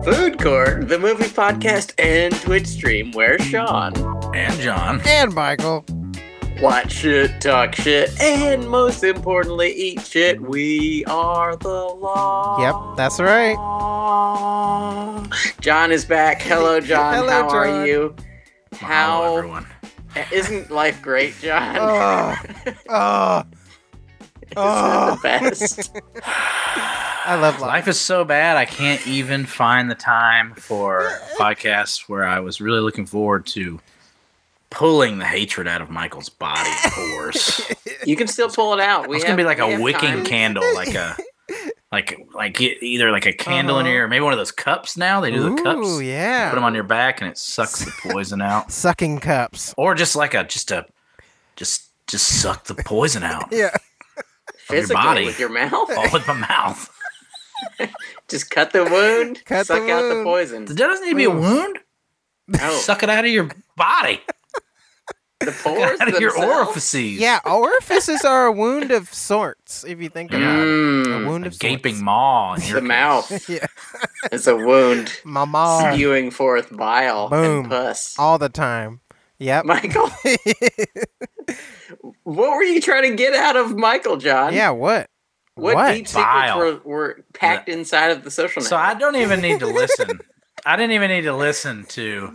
Popcorn, the movie podcast and Twitch stream where Sean And John. And Michael. watch shit, talk shit, and most importantly, eat shit. We are the law. Yep, that's right. John is back. Hello, John. Hello, How are John. you? Mahalo, How everyone. isn't life great, John? Isn't it Oh, oh, oh. the best? I love life. Life is so bad, I can't even find the time for podcasts where I was really looking forward to pulling the hatred out of Michael's body pores. you can still pull it out. We it's have- gonna be like we a have wicking time. candle, like a like like e- either like a candle in Uh-huh. your ear, or maybe one of those cups. Now they do the cups. Ooh, yeah. Put them on your back, and it sucks the poison out. Sucking cups. Or just like a just a just just suck the poison out Yeah. of your Physically body. Oh. with your mouth. all with my mouth. Just cut the wound, Cut the suck out the wound. poison. There doesn't need to be a Ooh. wound. Oh, Suck it out of your body, the out of pores your themselves? orifices. Yeah, orifices are a wound of sorts, if you think about it. A Mm, wound A of gaping maw in the your mouth sorts. yeah. is a wound My mom. spewing forth bile Uh, Boom. Uh, and pus. All the time. Yep. Michael, what were you trying to get out of Michael, John? yeah, what? What, deep secrets Bile. were, were packed inside of the social So I network? don't even need to listen. I didn't even need to listen to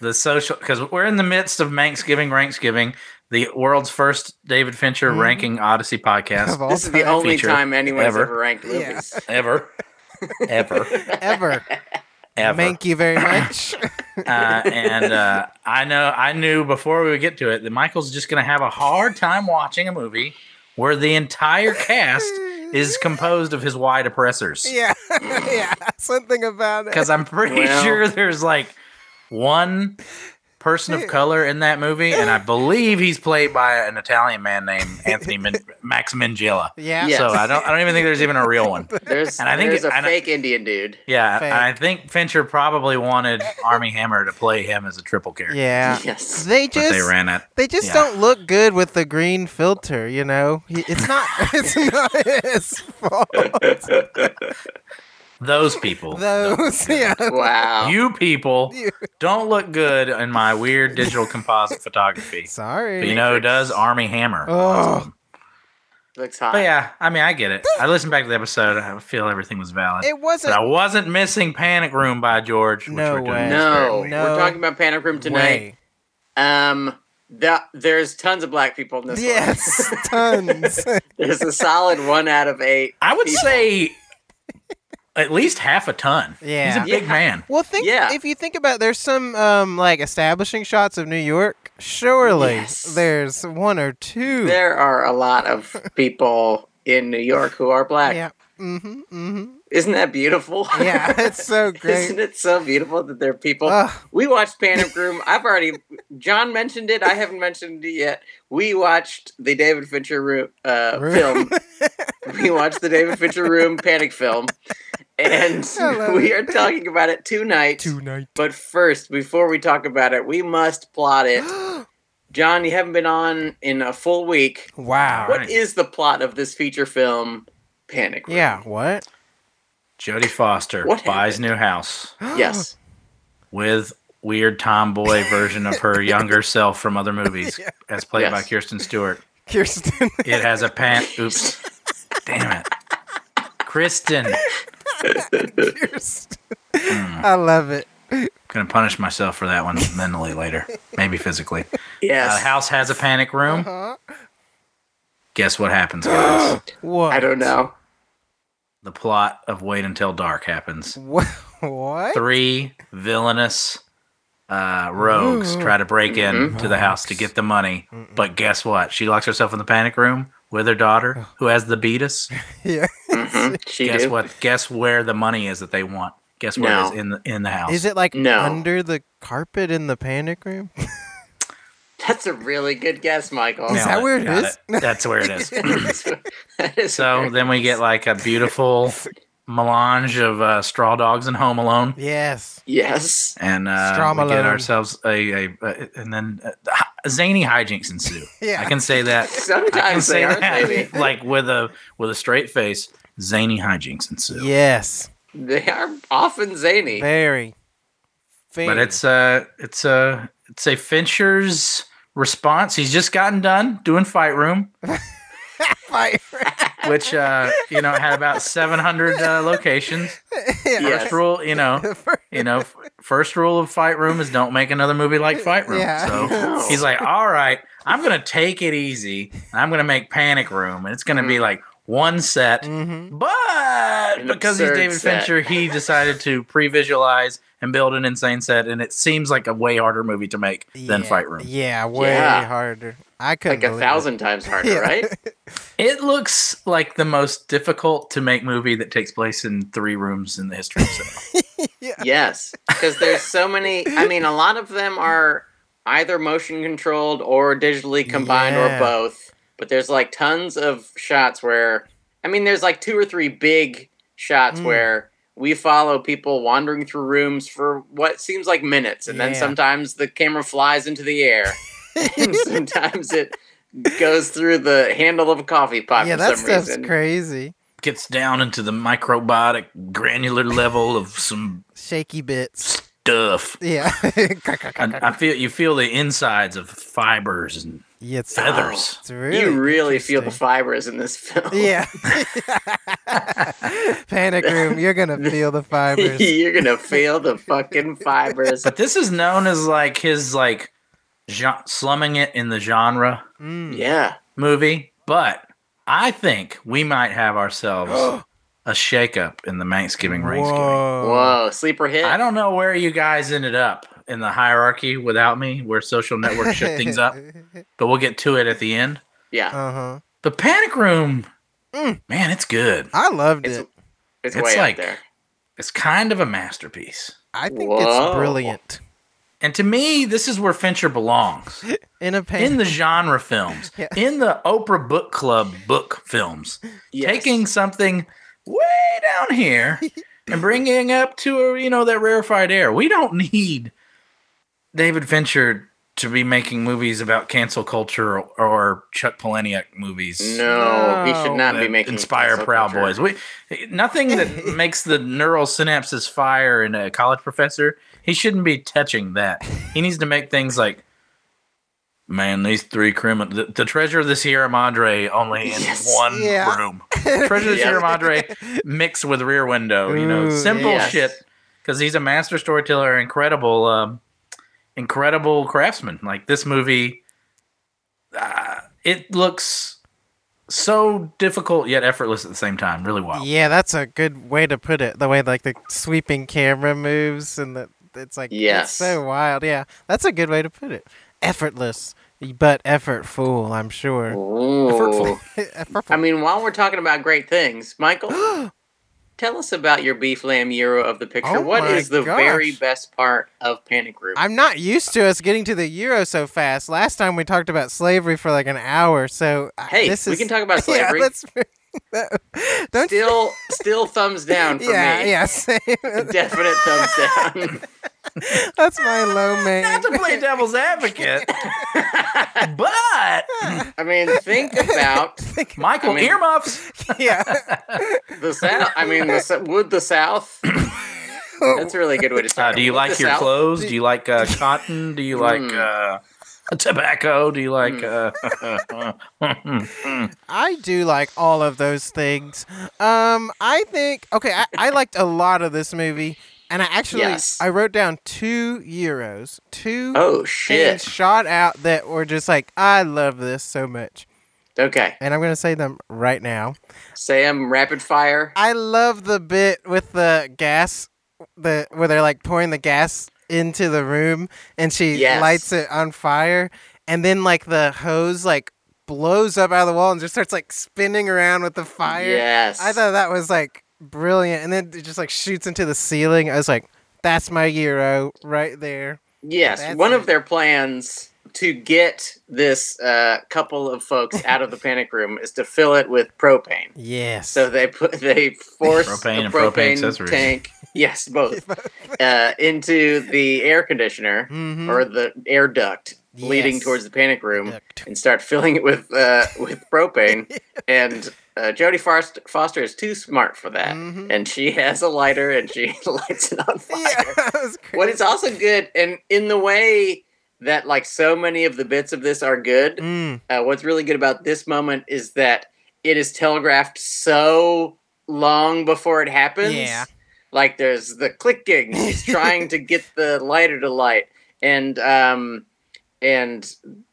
the social because we're in the midst of Thanksgiving, Ranksgiving, the world's first David Fincher Mhm. ranking Odyssey podcast Of all this is the time. only feature time anyone's ever. ever ranked Yeah. movies. ever, ever, ever. ever. Thank you very much. uh, and uh, I know I knew before we would get to it that Michael's just going to have a hard time watching a movie where the entire cast is composed of his wide oppressors. yeah. Mm. yeah. Something about it. because I'm pretty Well- sure there's like one person of color in that movie, and I believe he's played by an Italian man named Anthony Min- Max Mangella. Yeah. Yes. So I don't, I don't even think there's even a real one. There's, And I think there's it- a and I- fake Indian dude. Yeah, Fake. I think Fincher probably wanted Army Hammer to play him as a triple character. Yeah. Yes. They But just they ran it. They just Yeah. don't look good with the green filter, you know. He- It's not. It's not his fault. Those people. don't look Those, good. yeah. Wow. You people You- don't look good in my weird digital composite photography. But Sorry. you know, who does Army Hammer. oh, Looks hot. But yeah, I mean, I get it. I listened back to the episode. I feel everything was valid. it but I wasn't. wasn't missing Panic Room by George. Which No we're doing way. this very No, week. No we're talking about Panic Room tonight. way. Um, that there's tons of black people in this. one. Yes, tons. there's a solid one out of eight. I would people. say at least half a ton. He's Yeah. a big Yeah. man. well, think Yeah. if you think about, there's some um like establishing shots of New York. Surely Yes. there's one or two. there are a lot of people in New York who are black. Yeah. Mm-hmm. Mm-hmm. Isn't that beautiful? Yeah, it's so Isn't great. it so beautiful that there are people? Ugh. we watched Panic Room. I've already, John mentioned it. I haven't mentioned it yet. We watched the David Fincher room, uh, Room. film. we watched the David Fincher room panic film. And I love we are it. talking about it tonight. Tonight. But first, before we talk about it, we must plot it. John, you haven't been on in a full week. wow. What right. is the plot of this feature film, Panic Room? Yeah. What? Jodie Foster What buys new house Yes. with weird tomboy version of her younger self from other movies, Yeah. as played by Yes. Kirsten Stewart. Kirsten. It has a pan. Oops. Damn it. Kristen. Kirsten. Hmm. I love it. Gonna punish myself for that one mentally later, maybe physically. Uh, Yes. the house has a panic room. Huh? Guess what happens, guys? What? I don't know. the plot of Wait Until Dark happens. What? what? Three villainous uh, rogues Ooh. Mm-hmm. try to break in to the house to get the money. But guess what? She locks herself in the panic room with her daughter, who has the beatus. Yeah. Mhm. She Guess do. what? Guess where the money is that they want. Guess where No. it is in the in the house. Is it like No. under the carpet in the panic room? That's a really good guess, Michael. Is that it- where it got is? That's where it is. That is so very- then we get like a beautiful melange of uh, straw dogs and Home Alone. Yes. yes. and uh, we Stromalone. get ourselves a, a, a and then uh, hi- zany hijinks ensue. Yeah. I can say that. Sometimes I can they say are, that maybe. like with a with a straight face. Zany hijinks ensue. Yes. They are often zany. Very. But uh, it's a it's a it's a Fincher's response. He's just gotten done doing Fight Room, fire. which uh, you know had about seven hundred uh, locations. Yes. First rule, you know, you know, f- first rule of Fight Room is don't make another movie like Fight Room. Uh, Yeah. So he's like, all right, I'm gonna take it easy. and I'm gonna make Panic Room, and it's gonna Mm. be like one set. hmm But An because he's absurd David set. Fincher, he decided to pre-visualize and build an insane set, and it seems like a way harder movie to make than yeah. Fight Room. Yeah, way Yeah. harder. I couldn't Like a believe it. thousand times harder, Yeah. right? It looks like the most difficult to make movie that takes place in three rooms in the history of cinema. Yes, because there's so many. I mean, a lot of them are either motion controlled or digitally combined Yeah. or both. But there's like tons of shots where, I mean, there's like two or three big shots Mm. where we follow people wandering through rooms for what seems like minutes, and then Yeah. sometimes the camera flies into the air, and sometimes it goes through the handle of a coffee pot Yeah, for that some stuff's reason. crazy. Gets down into the microbiotic granular level of some Shaky bits. stuff. Yeah. And uh, I feel you feel the insides of fibers and yeah it's, feathers. it's really you really feel the interesting. fibers in this film. Yeah. Panic room, you're gonna feel the fibers. You're gonna feel the fucking fibers. But this is known as like his like gen- slumming it in the genre Mm. Yeah. movie. But I think we might have ourselves a shakeup in the Thanksgiving race. Whoa. Whoa, sleeper hit. I don't know where you guys ended up in the hierarchy without me, where social network shook things up, but we'll get to it at the end. yeah, Uh huh. But Panic Room, Mm. man, it's good. I loved It's- it. it's, it's way like- up there. It's kind of a masterpiece. I think it's Whoa. brilliant. And to me, this is where Fincher belongs In a pan- in the genre films, Yeah. in the Oprah Book Club book films, Yes. taking something way down here and bringing it up to you know that rarefied air. We don't need David Fincher to be making movies about cancel culture or, or Chuck Palahniuk movies. no, he should not that be making inspire cancel Proud culture. Boys. We nothing that makes the neural synapses fire in a college professor. He shouldn't be touching that. He needs to make things like, man, these three criminals. The, the treasure of the Sierra Madre only in Yes. one Yeah. room. Treasure of the Yeah. Sierra Madre mixed with Rear Window. You know, Ooh, simple yes. shit. Because he's a master storyteller, incredible, um, incredible craftsman. Like this movie uh, it looks so difficult yet effortless at the same time. Really wild. Yeah, that's a good way to put it. The way like the sweeping camera moves and the it's like Yes. it's so wild. Yeah, that's a good way to put it. Effortless, but effortful. I'm sure. Ooh. I Effortful. mean, while we're talking about great things, Michael, tell us about your beef lamb euro of the picture. Oh what my is the gosh. very best part of Panic Room? I'm not used to us getting to the euro so fast. Last time we talked about slavery for like an hour, so uh, hey, this we is can talk about yeah. slavery. Let's don't you- still, still thumbs down for yeah me. yeah same. Definite thumbs down. that's my low main. Not to play devil's advocate, but I mean, think about Michael I mean- earmuffs. yeah. the South. I mean, the, Sou- would the South? That's a really good way to Uh, start. do you Would like the your South- clothes? Do you like uh, cotton? Do you like Hmm. uh, tobacco? Do you like? Uh, hmm. I do like all of those things. Um, I think okay, I, I liked a lot of this movie, and I actually Yes. I wrote down two euros, two Oh things shit! shot out that were just like I love this so much, Okay, and I'm gonna say them right now. Sam, rapid fire. I love the bit with the gas, the where they're like pouring the gas into the room, and she Yes. lights it on fire, and then like the hose like blows up out of the wall and just starts like spinning around with the fire. Yes, I thought that was like brilliant, and then it just like shoots into the ceiling. I was like, "That's my euro right there." yes. that's One of it. their plans to get this uh, couple of folks out of the panic room is to fill it with propane. Yes. So they put they force Propane a and propane propane, accessories. tank. Yes, both uh, into the air conditioner Mhm. or the air duct, leading Yes. towards the panic room Duct. and start filling it with uh, with propane. and uh, Jodie Foster, Foster is too smart for that, Mhm. and she has a lighter and she lights it on fire. Yeah, that was crazy. What is also good, and in the way that like so many of the bits of this are good, Mm, uh, what's really good about this moment is that it is telegraphed so long before it happens. Yeah. Like there's the clicking. He's trying to get the lighter to light, and um, and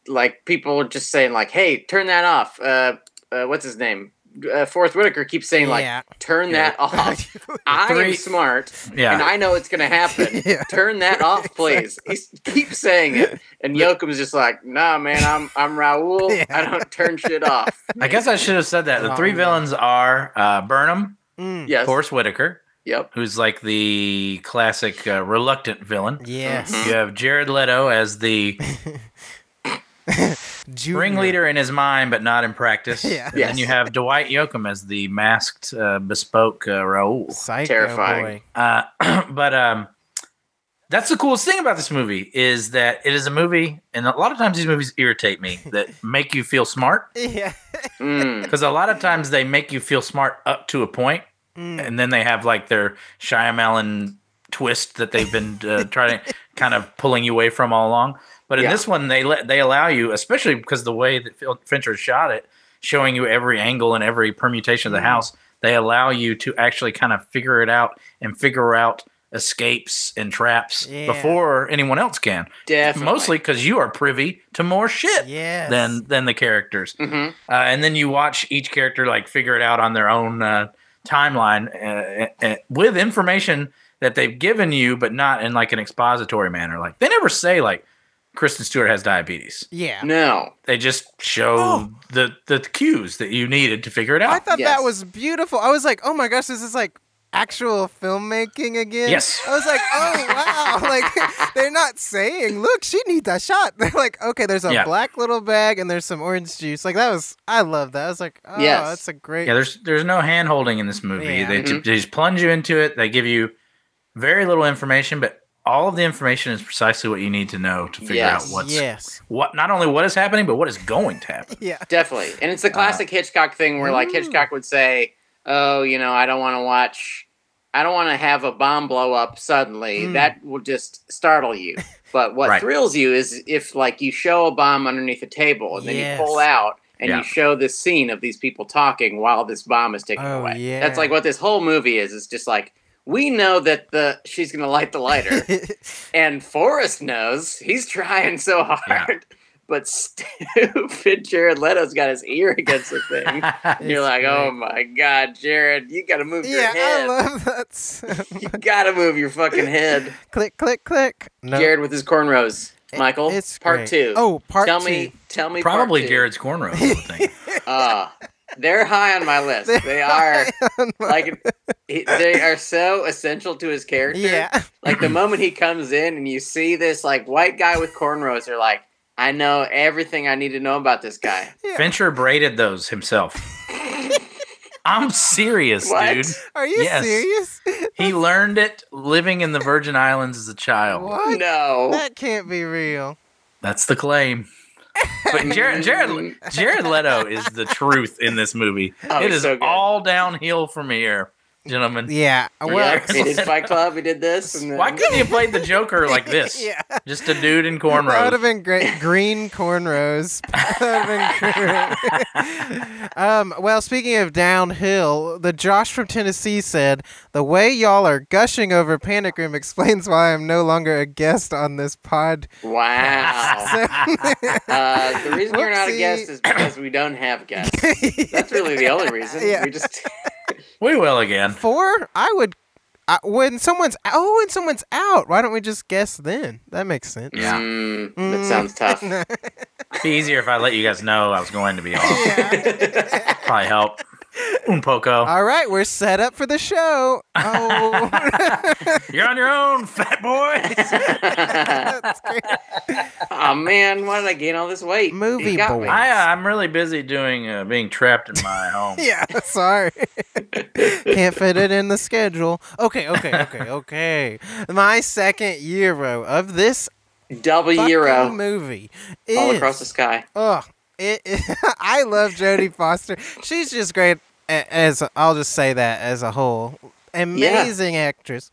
like people are just saying like, "Hey, turn that off." Uh, uh what's his name? Uh, Forrest Whitaker keeps saying Yeah. like, "Turn that off." I am Three- smart, and Yeah. I know it's gonna happen. yeah. Turn that off, please. He s- keeps saying it, and Yoakum's just like, "Nah, man, I'm I'm Raul. Yeah. I don't turn shit off." I guess I should have said that. The three Wrong. villains are uh, Burnham, Mm. Yes. Forrest Whitaker, Yep. who's like the classic uh, reluctant villain. Yes. Mhm. You have Jared Leto as the Junior. ringleader in his mind, but not in practice. Yeah. And Yes. then you have Dwight Yoakam as the masked, uh, bespoke uh, Raul. Psycho Terrifying. boy. Uh, but um, that's the coolest thing about this movie is that it is a movie, and a lot of times these movies irritate me that make you feel smart Yeah. Mm. because a lot of times they make you feel smart up to a point, Mm. and then they have like their Shyamalan twist that they've been uh, trying to kind of pulling you away from all along. But in Yeah. this one, they let they allow you, especially because the way that Phil Fincher shot it, showing you every angle and every permutation of the Mhm. house, they allow you to actually kind of figure it out and figure out escapes and traps Yeah. before anyone else can. Definitely. Mostly because you are privy to more shit Yes. than than the characters Mhm. uh, and then you watch each character like figure it out on their own uh, timeline uh, uh, with information that they've given you, but not in like an expository manner. Like they never say like Kristen Stewart has diabetes. Yeah. No. They just show Oh. the the cues that you needed to figure it I out. thought Yes. that was beautiful. I was like, oh my gosh, this is like actual filmmaking again. Yes. I was like, oh wow. like they're not saying, look, she needs that shot. They're like, okay, there's a Yeah. black little bag and there's some orange juice. Like that was I love that. I was like, oh Yes. that's a great yeah, there's there's no hand holding in this movie. Yeah. They, ju- they just plunge you into it. They give you very little information, but all of the information is precisely what you need to know to figure Yes. out what's Yes. what not only what is happening, but what is going to happen. Yeah. Definitely. And it's the classic Hitchcock thing where like Uh, Mm. Hitchcock would say, "Oh, you know, I don't want to watch I don't want to have a bomb blow up suddenly. Mm. That will just startle you." But what Right. thrills you is if like you show a bomb underneath a table and then Yes. you pull out and Yeah. you show this scene of these people talking while this bomb is taken Oh, away. yeah. That's like what this whole movie is. It's just like we know that the she's going to light the lighter. And Forrest knows he's trying so hard, but stupid Jared Leto's got his ear against the thing. And You're It's like, great. oh my god, Jared, you gotta move your yeah, I head. love that. so you much. gotta move your fucking head. click, click, click. No, Jared with his cornrows. it- Michael, it's part great. two. Oh, part tell two. me, tell me, part Probably two. Jared's cornrows. I would think. Ah, they're high on my list. They're They are On my- like he- they are so essential to his character. yeah, Like the moment he comes in and you see this like white guy with cornrows, you're like, I know everything I need to know about this guy. Fincher braided those himself. I'm serious, What? dude. are you Yes. serious? He learned it living in the Virgin Islands as a child. What? No. That can't be real. That's the claim. But Jared, Jared, Jared Leto is the truth in this movie. Oh, it he's is so good. all downhill from here, gentlemen. Yeah. Well, yeah, he it's- did Fight Club. He did this. And then, Why couldn't you play the Joker like this? yeah. Just a dude in That would have cornrows. been great. Green cornrows. that would have been great. um, well, speaking of downhill, the Josh from Tennessee said, "The way y'all are gushing over Panic Room explains why I'm no longer a guest on this pod." Wow. uh, the reason you're not a Whoopsie. guest is because we don't have guests. That's really the only reason. Yeah. We just We will again. Four? I would. I, when someone's oh, when someone's out, why don't we just guess then? That makes sense. Yeah. Mm, that sounds tough. be easier if I let you guys know I was going to be off. Yeah. Probably help. Un poco. Uh, All right, we're set up for the show. Oh, You're on your own, fat boy. that's great. oh man, why did I gain all this weight? Movie You got boy. me. I, uh, I'm really busy doing uh, being trapped in my home. Yeah, sorry. Can't fit it in the schedule. Okay, okay, okay, okay. My second euro of this double fucking euro movie. all is- across the sky. Ugh. It, it- I love Jodie Foster. She's just great a- as I'll just say that as a whole. Amazing actress.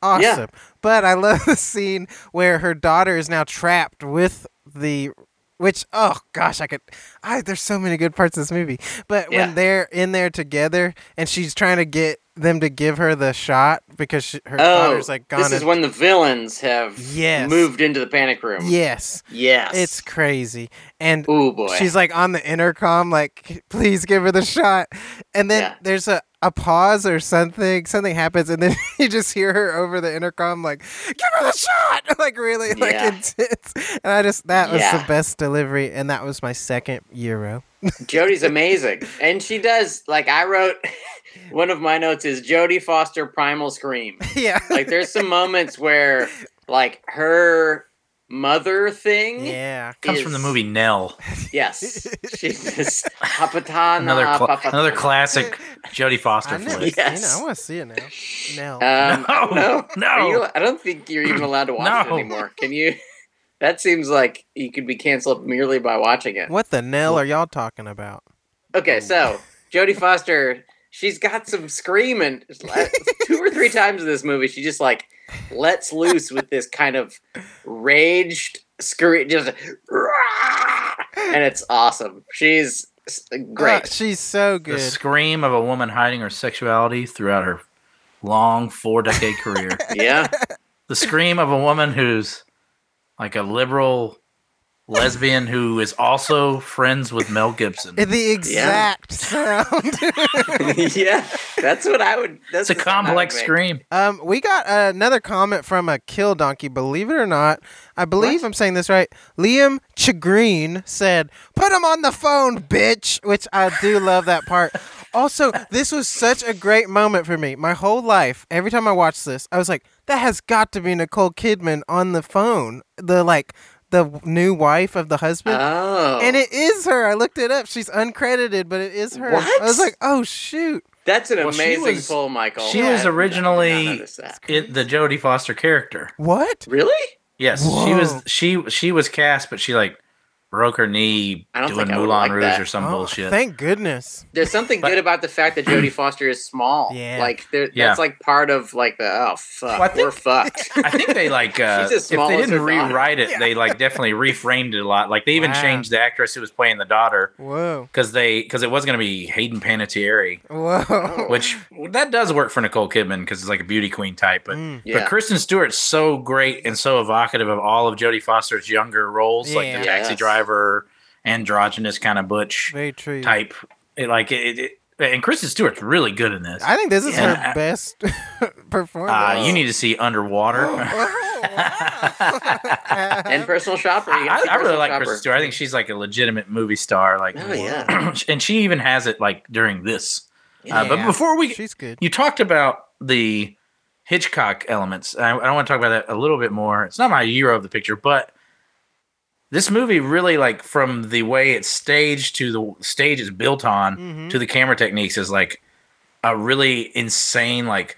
Awesome. Yeah. But I love the scene where her daughter is now trapped with the which oh gosh, I could I there's so many good parts of this movie. But Yeah. when they're in there together and she's trying to get them to give her the shot because she, her Oh, daughter's like gone this is and- when the villains have Yes. moved into the panic room. Yes. Yes. It's crazy. And oh boy. She's like on the intercom, like, please give her the shot. And then Yeah. there's a, a pause or something. Something happens, and then you just hear her over the intercom, like, give her the shot! Like, really, like, Yeah. intense. And I just, that was the Yeah. best delivery. And that was my second Euro. Jody's amazing, and she does like I wrote. One of my notes is Jodie Foster primal scream. yeah. Like there's some moments where like her mother thing. yeah. Comes from the is- movie Nell. Yes, she's just Hapatana. Another cla- papatana. another classic Jodie I Foster never flick. Yeah. seen it. I Yes. want to see it now. Now. Um, No, no, no. Are you- I don't think you're even allowed to watch No. it anymore. Can you? That seems like you could be canceled merely by watching it. what the Nell are y'all talking about? Mm. Okay, so Jodie Foster, she's got some screaming. Two or three times in this movie, she just like lets loose with this kind of raged scream, just "Rah!" and it's awesome. She's s- Uh, great. she's so The good. scream of a woman hiding her sexuality throughout her long four decade career. Uh, Yeah, The scream of a woman who's like a liberal lesbian who is also friends with Mel Gibson. the exact sound. yeah. That's what I would. That's It's a the sound I would complex make. scream. Um, we got another comment from a kill donkey. Believe it or not, I believe What? I'm saying this right. Liam Chagreen said, "Put him on the phone, bitch," which I do love that part. Also, this was such a great moment for me. My whole life, every time I watched this, I was like, "That has got to be Nicole Kidman on the phone." The like, the new wife of the husband. Oh, and it is her. I looked it up. She's uncredited, but it is her. I What? was like, "Oh shoot!" that's an Well, she amazing was- pull, Michael. she I was did not originally- notice that. It, the Jodie Foster character. What? really. Yes, she was she she was cast, but she like broke her knee I don't doing think I would Moulin like Rouge that. or some Oh, bullshit. Thank goodness. There's something But- good about the fact that Jodie Foster is small. Yeah. Like there, Yeah. that's like part of like the oh fuck Well, I think- we're fucked. I think they like uh, She's as if small they as didn't her daughter. rewrite it, they like definitely reframed it a lot. Like they even Wow. changed the actress who was playing the daughter Whoa. because they because it was going to be Hayden Panettiere, Whoa. which that does work for Nicole Kidman because it's like a beauty queen type. But Mm. Yeah. but Kristen Stewart's so great and so evocative of all of Jodie Foster's younger roles, like Yeah. the taxi Yes. driver, androgynous kind of butch Very true. type. It, like it, it, and Kristen Stewart's really good in this. I think this is Yeah. her best performance. Uh, you need to see Underwater. Oh, wow. and personal shopper. You gotta I, see I really personal like shopper. Kristen Stewart. I think she's like a legitimate movie star. Like, Oh yeah. and she even has it like during this. Uh, but Yeah. before we, She's good. you talked about the Hitchcock elements. I, I want to talk about that a little bit more. It's not my hero of the picture, but this movie really like from the way it's staged to the stage it's built on Mhm. to the camera techniques is like a really insane like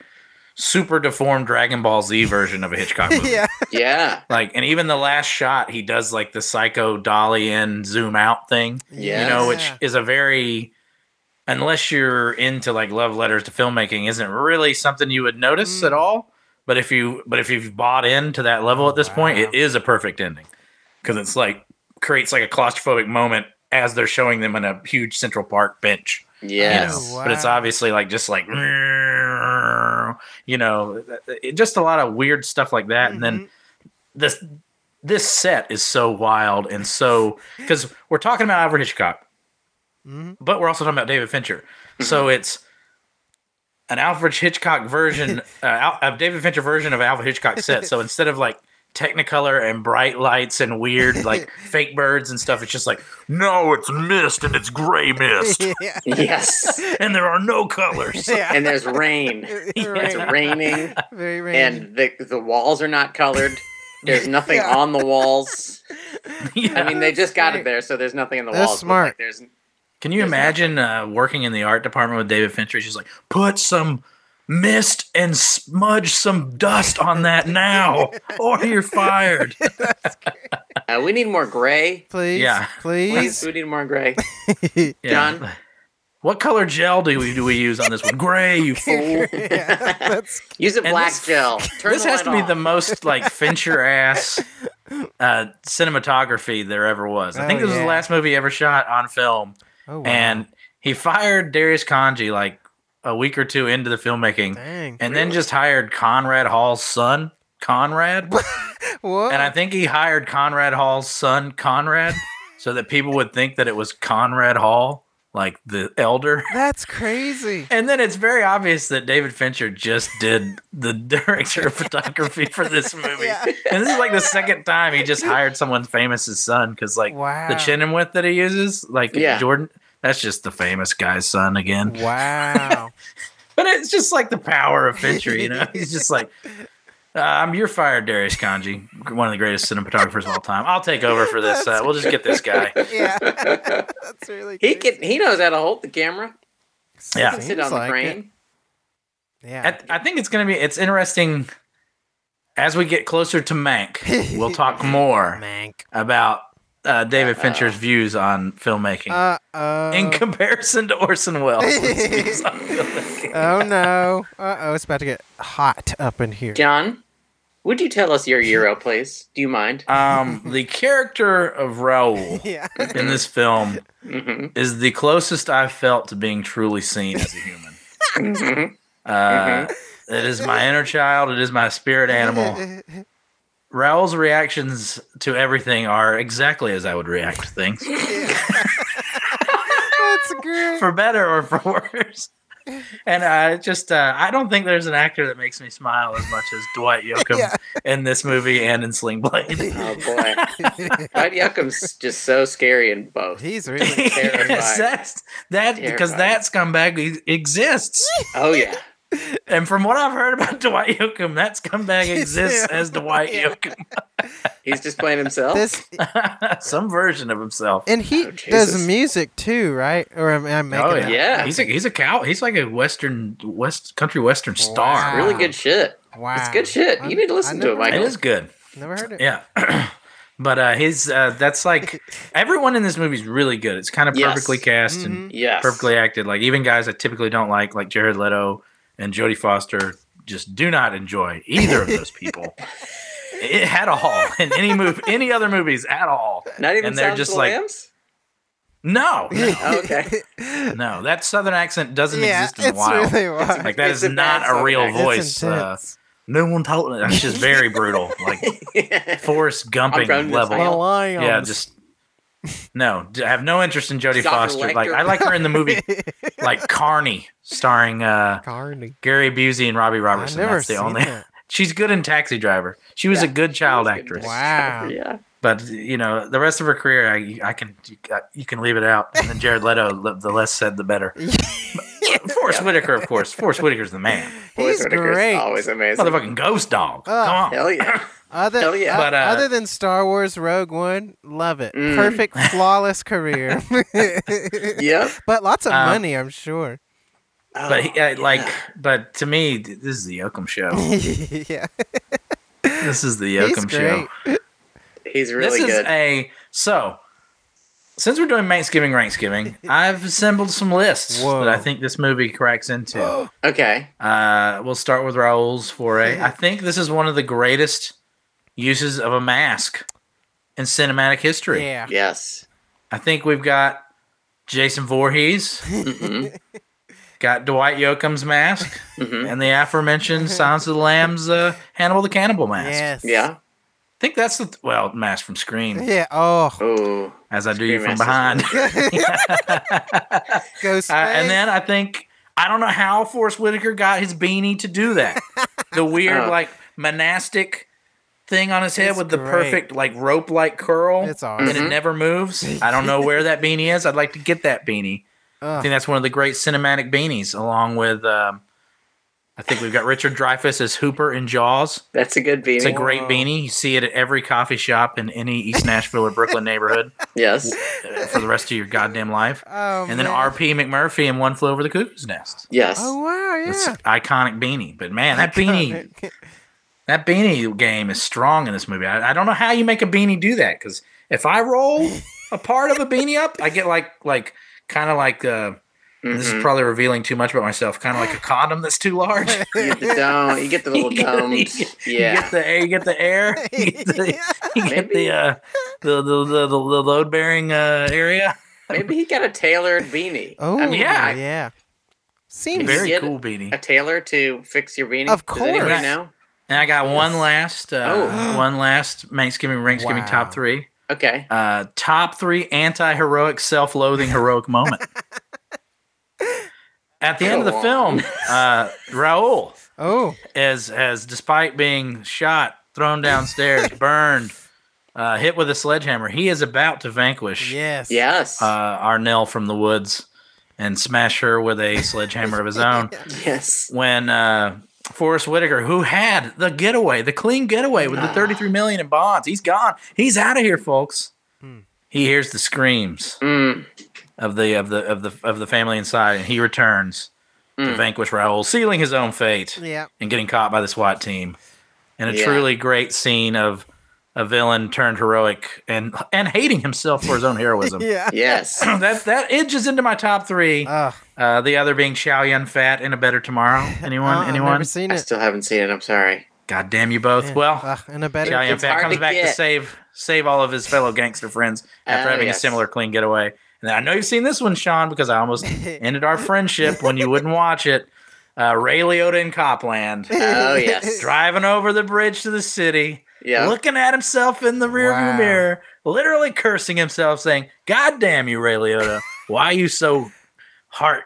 super deformed Dragon Ball Z version of a Hitchcock movie. yeah. Yeah. Like, and even the last shot, he does like the psycho dolly in, zoom out thing, Yeah. you know, which Yeah. is a very, unless you're into like love letters to filmmaking, isn't really something you would notice Mm. at all. But if you, but if you've bought into that level at this point, Wow. it is a perfect ending because it's like creates like a claustrophobic moment as they're showing them in a huge Central Park bench, Yes. you know. But it's Wow. obviously like just like, you know, it, just a lot of weird stuff like that, and then Mhm. this this set is so wild and so because we're talking about Alfred Hitchcock, Mhm. but we're also talking about David Fincher. So it's an Alfred Hitchcock version, uh, Al- a David Fincher version of Alfred Hitchcock set. So instead of like Technicolor and bright lights and weird like fake birds and stuff, it's just like no, it's mist and it's gray mist yeah. Yes. and there are no colors. Yeah. And there's rain. It's Very- raining, Very rainy. and the the walls are not colored. There's nothing Yeah. on the walls. I Yeah. mean, they just got it Right. there, so there's nothing in the That's walls. but, smart. Like, there's Can you There's imagine uh, working in the art department with David Fincher? She's like, put some mist and smudge some dust on that now, or you're fired. Uh, we need more gray. Please, Yeah. Please, please. we need more gray. Yeah. John? What color gel do we do we use on this one? Gray, you fool. yeah, that's Use a And black this- gel. Turn this the has light to be off. the most like Fincher ass uh, cinematography there ever was. I Oh, think this was yeah. the last movie ever shot on film, oh, wow. and he fired Darius Kanji like a week or two into the filmmaking, dang. and then just hired Conrad Hall's son, Conrad. What? and I think he hired Conrad Hall's son, Conrad, so that people would think that it was Conrad Hall, like the elder. that's crazy. And then it's very obvious that David Fincher just did the director of photography for this movie. Yeah. And this is like the second time he just hired someone famous's son because, like, Wow. the chin and width that he uses, like Yeah. Jordan, that's just the famous guy's son again. Wow. But it's just like the power of Fincher, you know? He's just like, uh, I'm you're fired, Darius Kanji, one of the greatest cinematographers of all time. I'll take over for this. Uh, we'll just get this guy. yeah. that's really He crazy. can. He knows how to hold the camera. Yeah. He can sit on Seems the like crane. it. Yeah. I, I think it's going to be it's interesting as we get closer to Mank. We'll talk more Mank. about uh, David Fincher's views on filmmaking Uh oh. in comparison to Orson Welles. views on filmmaking. oh no. Uh oh. It's about to get hot up in here. John, would you tell us your euro, please? Do you mind? um, the character of Raoul Yeah. in this film hmm is the closest I've felt to being truly seen as a human. Uh, Mm-hmm. It is my inner child. It is my spirit animal. Raoul's reactions to everything are exactly as I would react to things, That's great. for better or for worse. And I just, uh, I don't think there's an actor that makes me smile as much as Dwight Yoakam Yeah. in this movie and in Sling Blade. Oh boy, Bud Yuckum's just so scary in both. He's really. yes, Terrifying. that's, that because Terrifying. that scumbag e- exists. Oh yeah, And from what I've heard about Dwight Yoakam, that scumbag exists Yeah. as Dwight Yeah. he's just playing himself. This Yoakam, some version of himself. and he Oh, does Jesus. music too, right? Or am I making Oh it up? yeah, He's a he's a cow. He's like a western west country western Wow. star. really good shit. Wow. It's good shit. You need to listen I to it, never- Michael. It is good. Never heard it. Yeah. but uh his uh that's like everyone in this movie is really good. It's kind of Yes. perfectly cast and Mhm. Yes, perfectly acted. Like even guys I typically don't like like Jared Leto and Jodie Foster just do not enjoy either of those people. It had a haul in any move any other movies at all. Not even And they're Silence just of the like- Lambs? No. No. Oh, okay. no. That southern accent doesn't Mm-hmm. yeah, exist in the it's wild. really wild. like that It's is a bad not a Southern real accent. voice. Uh, It's no one told me. That's just very brutal, like Forrest I'm from Gumping the level. South. Yeah, just no. d- I have no interest in Jodie Dr. Foster. Like Lecter. I like her in the movie, like Carney, starring uh, Carney. Gary Busey and Robbie I've Robertson. never That's the seen only. that. She's good in Taxi Driver. She was Yeah, a good child She was good. actress, Wow. Yeah. but you know the rest of her career, I, I can you, got- you can leave it out. And then Jared Leto, le- the less said, the better. But Forrest Whitaker, of course. Forrest Whitaker's the man. Forrest He's Whitaker's great. Always amazing. Motherfucking ghost dog. Oh. Come on. Hell yeah. Other, Hell yeah. o- But, uh, other than Star Wars Rogue One, love it. Mm. Perfect, flawless career. yep. but lots of Um, money, I'm sure. But he, Oh, uh, like, yeah. but to me, th- this is the Yoakum show. yeah. This is the He's Yoakum show. great. he's really this good. is a so. Since we're doing Thanksgiving, Thanksgiving, I've assembled some lists Whoa. that I think this movie cracks into. okay. uh, we'll start with Raoul's foray. I think this is one of the greatest uses of a mask in cinematic history. Yeah. Yes. I think we've got Jason Voorhees, Mhm. got Dwight Yoakam's mask, Mhm. and the aforementioned Silence of the Lambs, uh, Hannibal the Cannibal mask. Yes. Yeah. I think that's the th- well mask from Scream. Yeah. Oh, Oh. As I do you Scream from mask behind, is Ghost. Uh, and Uh, then I think I don't know how Forrest Whitaker got his beanie to do that. the weird Oh. like monastic thing on his head Uh. It's with the great. perfect like rope like curl, It's awesome. Mm-hmm. and it never moves. I don't know where that beanie is. I'd like to get that beanie. I Ugh. think that's one of the great cinematic beanies, along with um, I think we've got Richard Dreyfuss as Hooper in Jaws. That's a good beanie. It's a great Wow. beanie. You see it at every coffee shop in any East Nashville or Brooklyn neighborhood yes. uh, for the rest of your goddamn life. Oh, And then man. R.P. McMurphy in One Flew Over the Cuckoo's Nest. Yes. Oh wow, This yeah. iconic beanie. But man, that beanie, that beanie game is strong in this movie. I, I don't know how you make a beanie do that because if I roll a part of a beanie up, I get like like kind of like uh, this Mhm. is probably revealing too much about myself. Kind of like a condom that's too large. You get the dome. You get the little You get- domes. you You yeah. get the air. You get the air. You get the, you get Maybe. the, uh, the, the, the, the load bearing uh, area. Maybe he got a tailored beanie. Oh I mean, yeah. yeah, I- yeah. Seems Very- Very get cool beanie. a tailor to fix your beanie. Of Does anybody course. know? And I got one last, uh, Oh. one last Thanksgiving, Thanksgiving Wow. top three. Okay. Uh, top three anti heroic, self loathing heroic moment. At the end of the Go film, uh, Raul oh as as despite being shot, thrown downstairs, burned, uh, hit with a sledgehammer, he is about to vanquish yes, Yes. uh, Arnell from the woods and smash her with a sledgehammer of his own. yes. When uh, Forrest Whitaker, who had the getaway, the clean getaway with the 33 million in bonds, he's gone. He's out of here, folks. Hmm. He hears the screams Mm. of the of the of the of the family inside, and he returns to Hmm. Mm. vanquish Raoul, sealing his own fate yeah. Um, and getting caught by the SWAT team. And a Yeah. truly great scene of a villain turned heroic and and hating himself for his own heroism. Yeah. Yes. that that edges into my top three. Ugh. Uh, the other being Chow Yun Fat in A Better Tomorrow. Anyone? Uh-uh, anyone? Never seen I it. still haven't seen it. I'm sorry. God damn you both. Yeah. Well, Ugh, and a better. Chow Yun Uh, it's Fat hard comes to back to get. save save all of his fellow gangster friends after Oh, having a yes. similar clean getaway. And then I know you've seen this one, Sean, because I almost ended our friendship when you wouldn't watch it. Uh, Ray Liotta in Copland, Oh, yes. driving over the bridge to the city, Yeah. looking at himself in the rearview Wow. mirror, literally cursing himself, saying, "God damn you, Ray Liotta! Why are you so heart?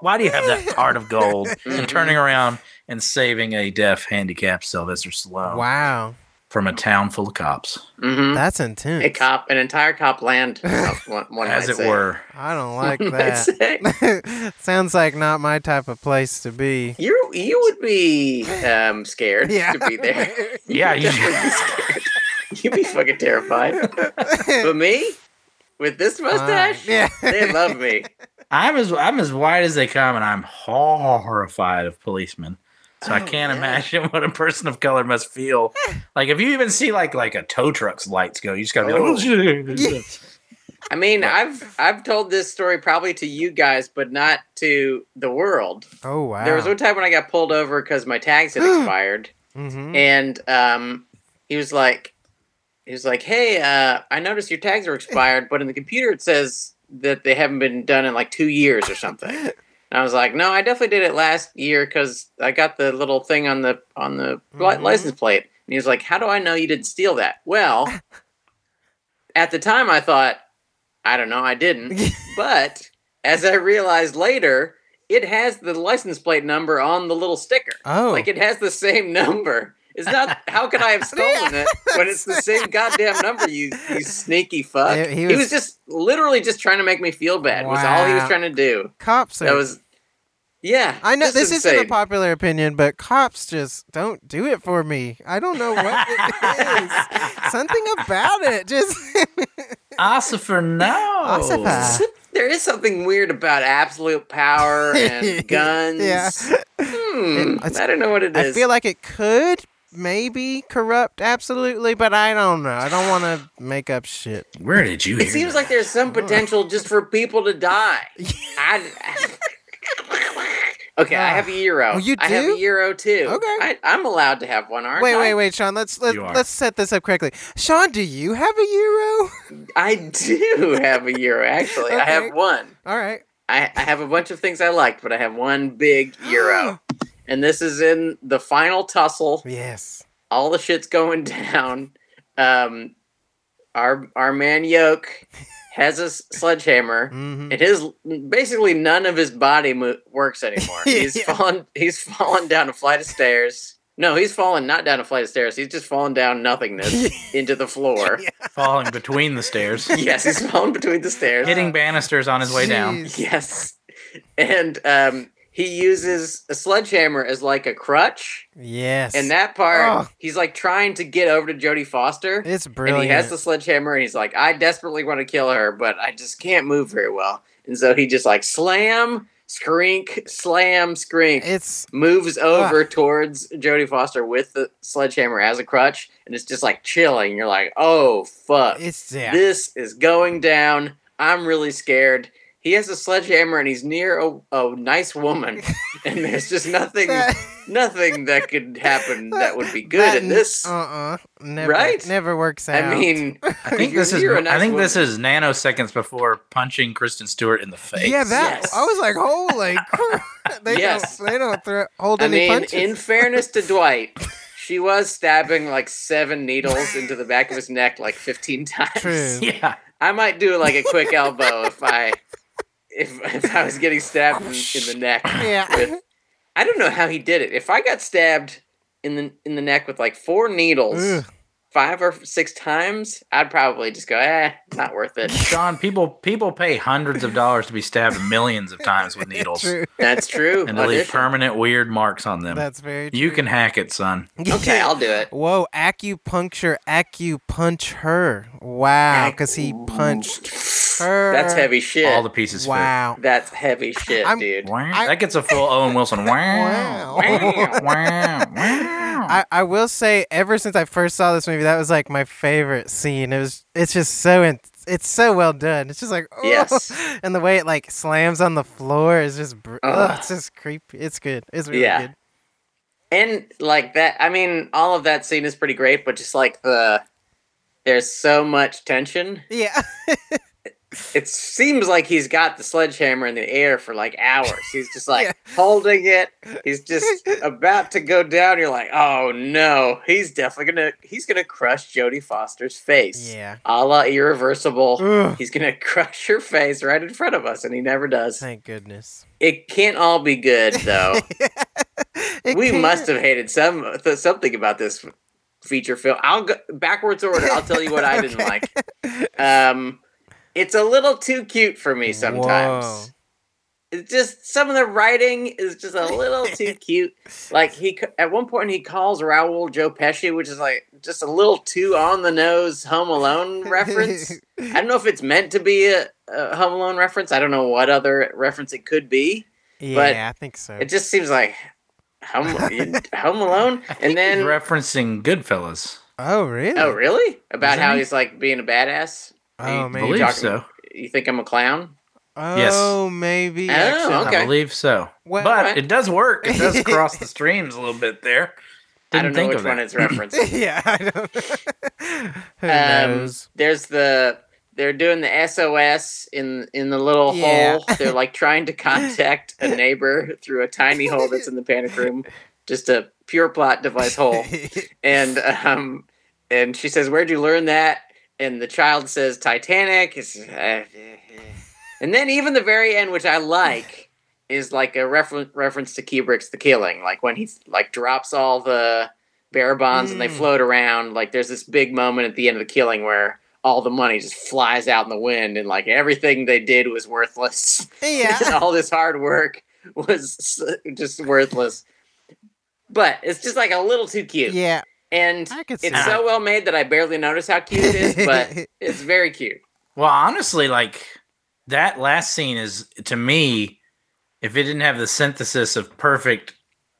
Why do you have that heart of gold?" And turning around and saving a deaf, handicapped Sylvester Stallone Wow, Mm-hmm. from a town full of cops, hmm that's intense. A cop, an entire cop land, uh, one, one as might it say. were. I don't like One might say. that. Sounds like not my type of place to be. You you would be um, scared Yeah. to be there. Yeah, you you- would be scared. You'd be fucking terrified. But me, with this mustache, Fine. Yeah. they love me. I'm as I'm as wide as they come, and I'm horrified of policemen. So I Oh, Eh. can't yeah. imagine what a person of color must feel. like if you even see like like a tow truck's lights go, you just gotta be like, Oh. oh. shit." I mean, Right. I've I've told this story probably to you guys, but not to the world. Oh wow. There was one time when I got pulled over because my tags had expired, Mhm. and um, he was like, he was like, "Hey, uh, I noticed your tags are expired, but in the computer it says that they haven't been done in like two years or something." And I was like, "No, I definitely did it last year because I got the little thing on the on the li- Mhm. license plate." And he was like, "How do I know you didn't steal that?" Well, at the time, I thought, "I don't know, I didn't," but as I realized later. It has the license plate number on the little sticker. Oh. Like it has the same number. It's not how could I have stolen it when it's the same goddamn number, you you sneaky fuck. Yeah, he he, was, was- just literally just trying to make me feel bad was all he was Wow. trying to do. cops are. That was yeah. I know just this isn't a insane. popular opinion, but cops just don't do it for me. I don't know what it is. Something about it just. Ossifer, no. Oh. Ossifer. there is something weird about absolute power and guns. Yeah. Hmm, It- I don't know what it is. I feel like it could maybe corrupt absolutely, but I don't know. I don't want to make up shit. Where did you? it hear seems that? like there's some potential just for people to die. I, okay, I have a euro. Oh, you I have do? a euro too. Okay. I, I'm allowed to have one, aren't Wait, I? wait, wait, Sean. Let's let, You are. let's set this up correctly. Sean, do you have a euro? I do have a euro, actually. I Okay. have one. All right. I, I have a bunch of things I like, but I have one big euro. and this is in the final tussle. Yes. All the shit's going down. Um, our, our man Yoke has a s- sledgehammer. hmm And his basically none of his body mo- works anymore. He's Yeah. fallen. He's fallen down a flight of stairs. No, he's fallen not down a flight of stairs. He's just fallen down nothingness into the floor. falling between the stairs, Yes, he's fallen between the stairs. hitting banisters on his way down. Jeez. Yes, and um, he uses a sledgehammer as like a crutch. Yes. And that part, Oh. he's like trying to get over to Jodie Foster. it's And brilliant. he has the sledgehammer and he's like, I desperately want to kill her, but I just can't move very well. And so he just like slam, scrink, slam, scrink. it's moves over towards Jodie Foster with the sledgehammer as a crutch, and it's just like chilling. You're like, oh fuck, it's yeah. this is going down. I'm really scared. He has a sledgehammer and he's near a, a nice woman, and there's just nothing, That- nothing that could happen that would be good that oh, in this. Uh-uh. Never, Right? never works out. I mean, I think You're this is near a I nice think this is nanoseconds before punching Kristen Stewart in the face. yeah, that yes. I was like, holy. crap. they Yes. don't. They don't throw, hold I any mean, punches. in fairness to Dwight, she was stabbing like seven needles into the back of his neck like 15 times. True. yeah. I might do like a quick elbow if I if, if I was getting stabbed in, in the neck. yeah. with- I don't know how he did it. If I got stabbed in the in the neck with like four needles, Ugh. five or six times, I'd probably just go, eh, not worth it. Sean, people people pay hundreds of dollars to be stabbed millions of times with needles True. That's true. and to leave Audition. permanent weird marks on them. That's very. you can hack it, son. true. okay, I'll do it. Whoa, acupuncture, acupunch her. Wow, because he punched her. That's heavy shit. All the pieces Wow. That's heavy shit, I'm- dude. fit. Wow. I- that gets a full Owen Wilson. Wow. Wow. wow. Wow. I, I will say, ever since I first saw this movie, that was like my favorite scene. It was, it's just so, in, it's so well done. It's just like, oh, Yes. and the way it like slams on the floor is just, br- Ugh. ugh, it's just creepy. It's good. It's really Yeah. good. And like that, I mean, all of that scene is pretty great, but just like the there's so much tension. Yeah, it seems like he's got the sledgehammer in the air for like hours. He's just like Yeah. holding it. He's just about to go down. You're like, oh no, he's definitely gonna he's gonna crush Jodie Foster's face. yeah. Mm. A la irreversible. Ugh, He's gonna crush her face right in front of us, and he never does. thank goodness. It can't all be good though. It we can't- must have hated some th- something about this feature film. I'll go backwards order. I'll tell you what I didn't like. Um, it's a little too cute for me sometimes. Whoa. It's just some of the writing is just a little too cute. Like he c- at one point he calls Raul Joe Pesci, which is like just a little too on the nose Home Alone reference. I don't know if it's meant to be a, a Home Alone reference. I don't know what other reference it could be. yeah, but I think so. It just seems like Home, Home Alone, and He's then referencing Goodfellas. oh, really? Oh, really? About Isn't how he? he's like being a badass? Oh, I maybe. believe Talking- so. You think I'm a clown? Yes. Oh, maybe. Oh, actually. okay. I believe so. Well- but Alright. it does work. It does cross the streams a little bit there. I don't Didn't know think which of one that. it's referencing. yeah, I don't. Who Um, knows? There's the they're doing the SOS in in the little Yeah. hole. They're like trying to contact a neighbor through a tiny hole that's in the panic room. Just a pure plot device hole. And um and she says, "Where'd you learn that?" And the child says, "Titanic." It's, uh, and then even the very end, which I like, is like a refer- reference to Kubrick's The Killing, like when he like drops all the bearer bonds and they Mm. float around. Like there's this big moment at the end of The Killing where all the money just flies out in the wind, and like everything they did was worthless. yeah. all this hard work was s- just worthless. But it's just like a little too cute. Yeah. And I could see it's that. so well made that I barely notice how cute it is, but it's very cute. Well, honestly, like that last scene is to me, if it didn't have the synthesis of perfect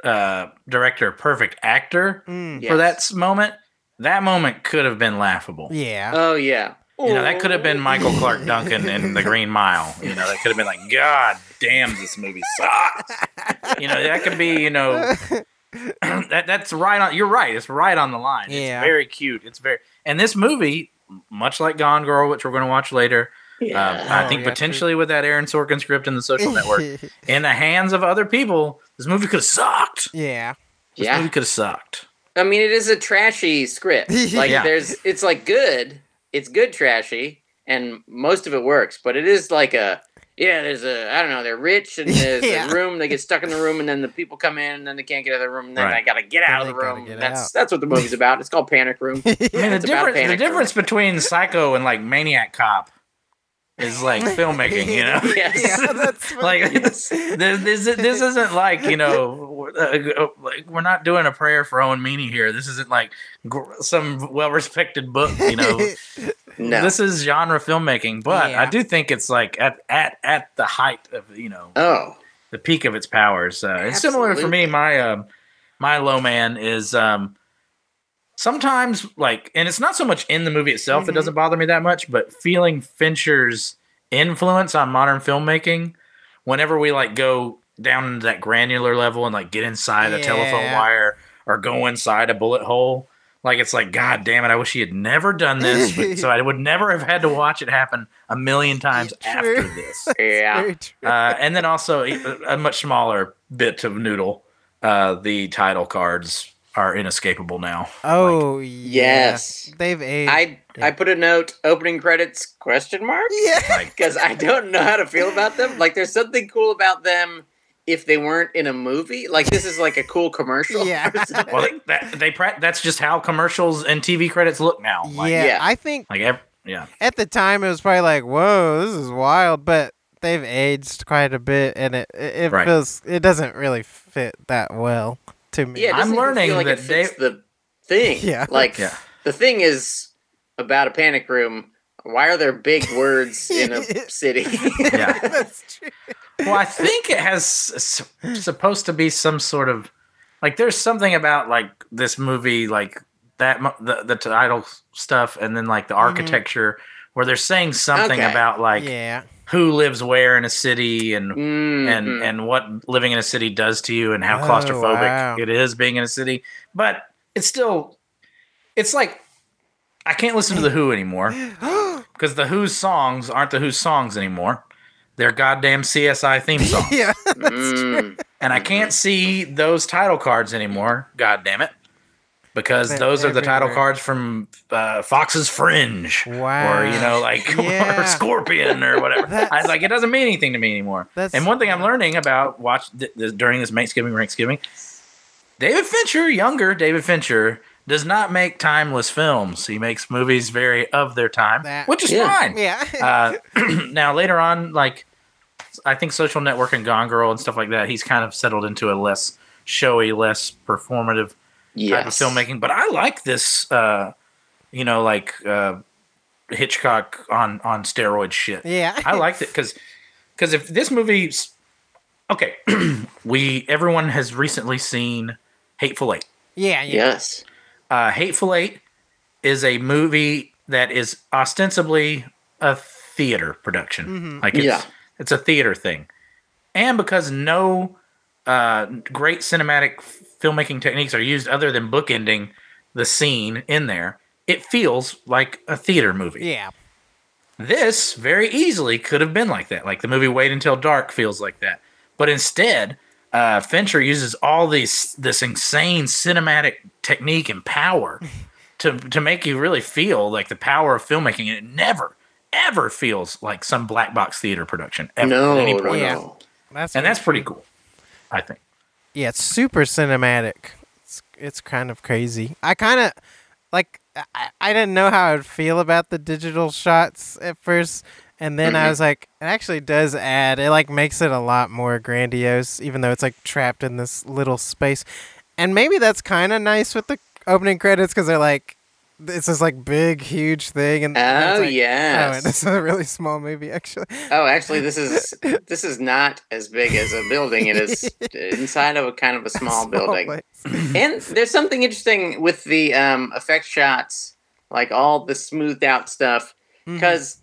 uh director, perfect actor Mm. Yes. for that s- moment, that moment could have been laughable. Yeah. Oh yeah. You know, that could have been Michael Clark Duncan in The Green Mile. You know, that could have been like, God damn, this movie sucks. You know, that could be, you Oh, know, that that's right on. You're right. It's right on the line. Yeah. It's very cute. It's very and this movie, much like Gone Girl, which we're going to watch later, um, Yeah. I Oh, think yeah, potentially with that Aaron Sorkin script and the Social Network in the hands of other people, this movie could have sucked. yeah. This yeah. movie could have sucked. I mean it is a trashy script. Like Yeah. there's it's like good. It's good trashy and most of it works, but it is like a yeah, there's a I don't know, they're rich and there's Yeah. a room, they get stuck in the room and then the people come in and then they can't get out of the room and then Right. they gotta get out Then of the they gotta room. get That's out. that's what the movie's about. It's called Panic Room. I mean, the It's about difference the panic room. difference between Psycho and like Maniac Cop is like filmmaking, you know? Yes. yeah, that's like this, this, this, this isn't like you know uh, like we're not doing a prayer for Owen Meany here. This isn't like gr- some well-respected book, you know. No. This is genre filmmaking, but Yeah. I do think it's like at at at the height of you know oh. the peak of its powers. Uh, it's similar for me. Absolutely. My um, my low man is um, sometimes like, and it's not so much in the movie itself that Mhm. doesn't bother me that much, but feeling Fincher's influence on modern filmmaking. Whenever we like go down into that granular level and like get inside a telephone Yeah. wire or go inside a bullet hole. Like it's like, God damn it! I wish he had never done this, but, so I would never have had to watch it happen a million times True. after this Yeah. very true. uh, and then also a, a much smaller bit of noodle. Uh, the title cards are inescapable now. Oh Yes. yeah. they've aged. I I put a note opening credits question mark yeah, Like, because I don't know how to feel about them. Like there's something cool about them if they weren't in a movie. Like this is like a cool commercial. Yeah. or something. well, that, they pra- that's just how commercials and TV credits look now. Like, yeah. yeah. I think like ev- yeah, at the time it was probably like, "Whoa, this is wild," but they've aged quite a bit, and it it, it Right. feels it doesn't really fit that well to me. yeah. it I'm doesn't even learning feel like that it fits the thing. Yeah. Like Yeah. the thing is about a panic room. Why are there big words in a city? yeah. that's true. well, I think it has s- s- supposed to be some sort of like. There's something about like this movie, like that mu- the the title stuff, and then like the architecture, where they're saying something Okay. about like yeah, who lives where in a city and Mhm. and and what living in a city does to you and how Oh, claustrophobic wow. it is being in a city but it's still it's like i can't listen to the who anymore because the who's songs aren't the who's songs anymore they're goddamn csi theme songs yeah, Mm. and i can't see those title cards anymore god damn it because They're those are the title everywhere. cards from uh, Fox's Fringe, Wow. or you know, like Ah, Yeah. or Scorpion or whatever. I That's- was like, it doesn't mean anything to me anymore. That's- and one thing I'm learning about watch th- th- during this Thanksgiving, Thanksgiving, David Fincher, younger David Fincher, does not make timeless films. He makes movies very of their time, That- which is Yeah. fine yeah. uh, now later on, like I think Social Network and Gone Girl and stuff like that, he's kind of settled into a less showy, less performative type of Yes. filmmaking. But I like this, uh, you know, like uh, Hitchcock on on steroid shit. yeah, I liked it because because if this movie's okay, we everyone has recently seen Hateful Eight. yeah, yeah, Yes. Uh, Hateful Eight is a movie that is ostensibly a theater production. Like it's Yeah. it's a theater thing, and because no uh, great cinematic f- filmmaking techniques are used other than bookending the scene in there, it feels like a theater movie. yeah, This very easily could have been like that. Like the movie Wait Until Dark feels like that. But instead, uh, Fincher uses all these this insane cinematic technique and power to to make you really feel like the power of filmmaking. And it never, ever feels like some black box theater production. Ever, No. at any no, point. Yeah. no. That's And that's pretty cool, I think. yeah, it's super cinematic. It's it's kind of crazy. I kind of like I, I didn't know how I'd feel about the digital shots at first, and then Mm-hmm. I was like, it actually does add. It like makes it a lot more grandiose, even though it's like trapped in this little space. And maybe that's kind of nice with the opening credits because they're like, it's this like big, huge thing, and then it's Oh like, Oh, yes. and this is a really small movie, actually. Oh, actually, this is this is not as big as a building. It is inside of a kind of a small, building. place. And there's something interesting with the um, effect shots, like all the smoothed out stuff, Mm-hmm. because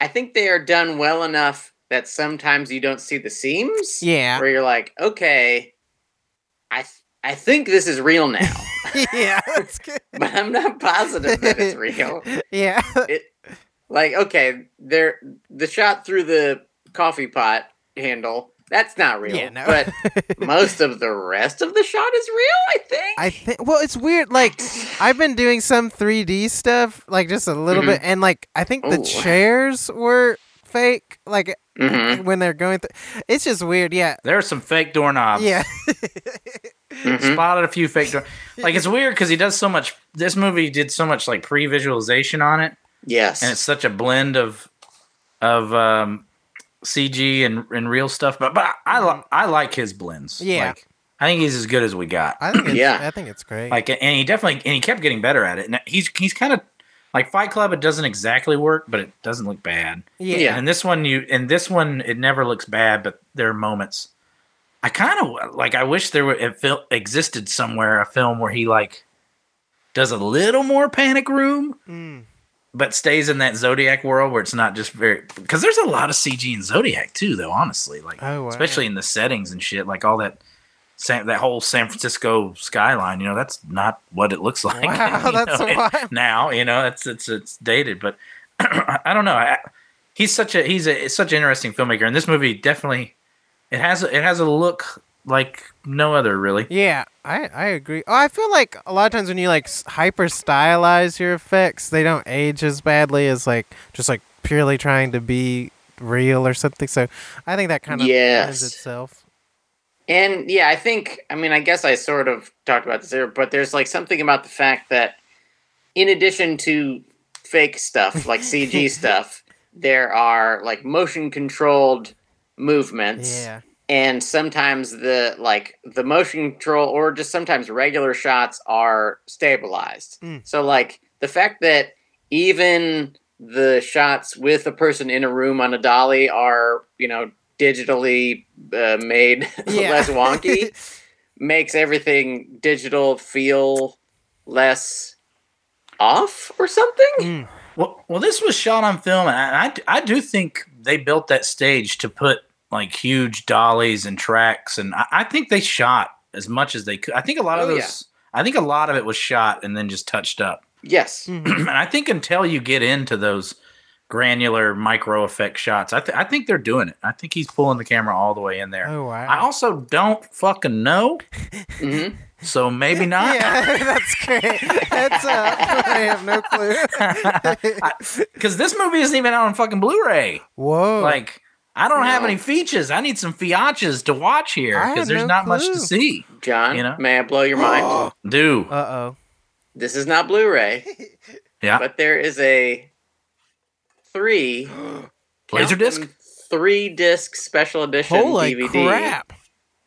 I think they are done well enough that sometimes you don't see the seams. Yeah. Where you're like, okay, I th- I think this is real now, yeah, that's good. but I'm not positive that it's real. Yeah. it like okay there the shot through the coffee pot handle that's not real Yeah, no. but most of the rest of the shot is real i think I think. Well, it's weird. Like, I've been doing some 3D stuff, like just a little bit, and like I think the Mm-hmm. Ooh. chairs were fake. Like Mhm, when they're going through, it's just weird. Yeah. There are some fake doorknobs. Yeah. mhm. spotted a few fake door. Like it's weird because he does so much. This movie did so much like pre visualization on it, yes and it's such a blend of of um, CG and, and real stuff. But but I li- I like his blends. Mm-hmm. Yeah. Like, I think he's as good as we got. I think it's, Yeah. I think it's great. Like and he definitely and he kept getting better at it. And he's he's kind of like Fight Club. It doesn't exactly work, but it doesn't look bad. yeah. yeah. And this one, you in this one, it never looks bad, but there are moments. I kind of like. I wish there were it fil- existed somewhere a film where he like does a little more panic room, Mm. but stays in that Zodiac world where it's not just very. Because there's a lot of CG in Zodiac too, though. Honestly, like Oh, wow. especially in the settings and shit, like all that. San, that whole San Francisco skyline, you know, that's not what it looks like. Wow, you that's know, it- wild. now. You know, it's it's it's dated, but I, I don't know. I, he's such a he's a it's such an interesting filmmaker, and this movie definitely it has a- it has a look like no other really. Yeah, I, I agree. Oh, I feel like a lot of times when you like hyper stylize your effects, they don't age as badly as like just like purely trying to be real or something. So I think that kind of Yes. itself. And yeah, I think I mean I guess I sort of talked about this there, but there's like something about the fact that in addition to fake stuff like CG stuff, there are like motion controlled movements. Yeah. And sometimes the like the motion control or just sometimes regular shots are stabilized. Mm. So like the fact that even the shots with a person in a room on a dolly are, you know, digitally uh, made Yeah. less wonky makes everything digital feel less off or something. Mm. Well, well, this was shot on film, and I, I I do think they built that stage to put like huge dollies and tracks, and I, I think they shot as much as they could. I think a lot of Oh, those. yeah. I think a lot of it was shot and then just touched up. Yes. Mhm. and I think until you get into those granular micro effect shots, I, th- I think they're doing it. I think he's pulling the camera all the way in there. Oh wow. I also don't fucking know, hmm so maybe not. yeah, that's great. Heads up. I have no clue. Because this movie isn't even out on fucking Blu-ray. Whoa. Like, I don't have No. any features. I need some fiatches to watch here I had because there's no not much to clue. see. John, You know? may I blow your mind? Do uh oh. this is not Blu-ray, yeah, but there is a three Laserdisc. count them, three disc special edition Holy DVD crap.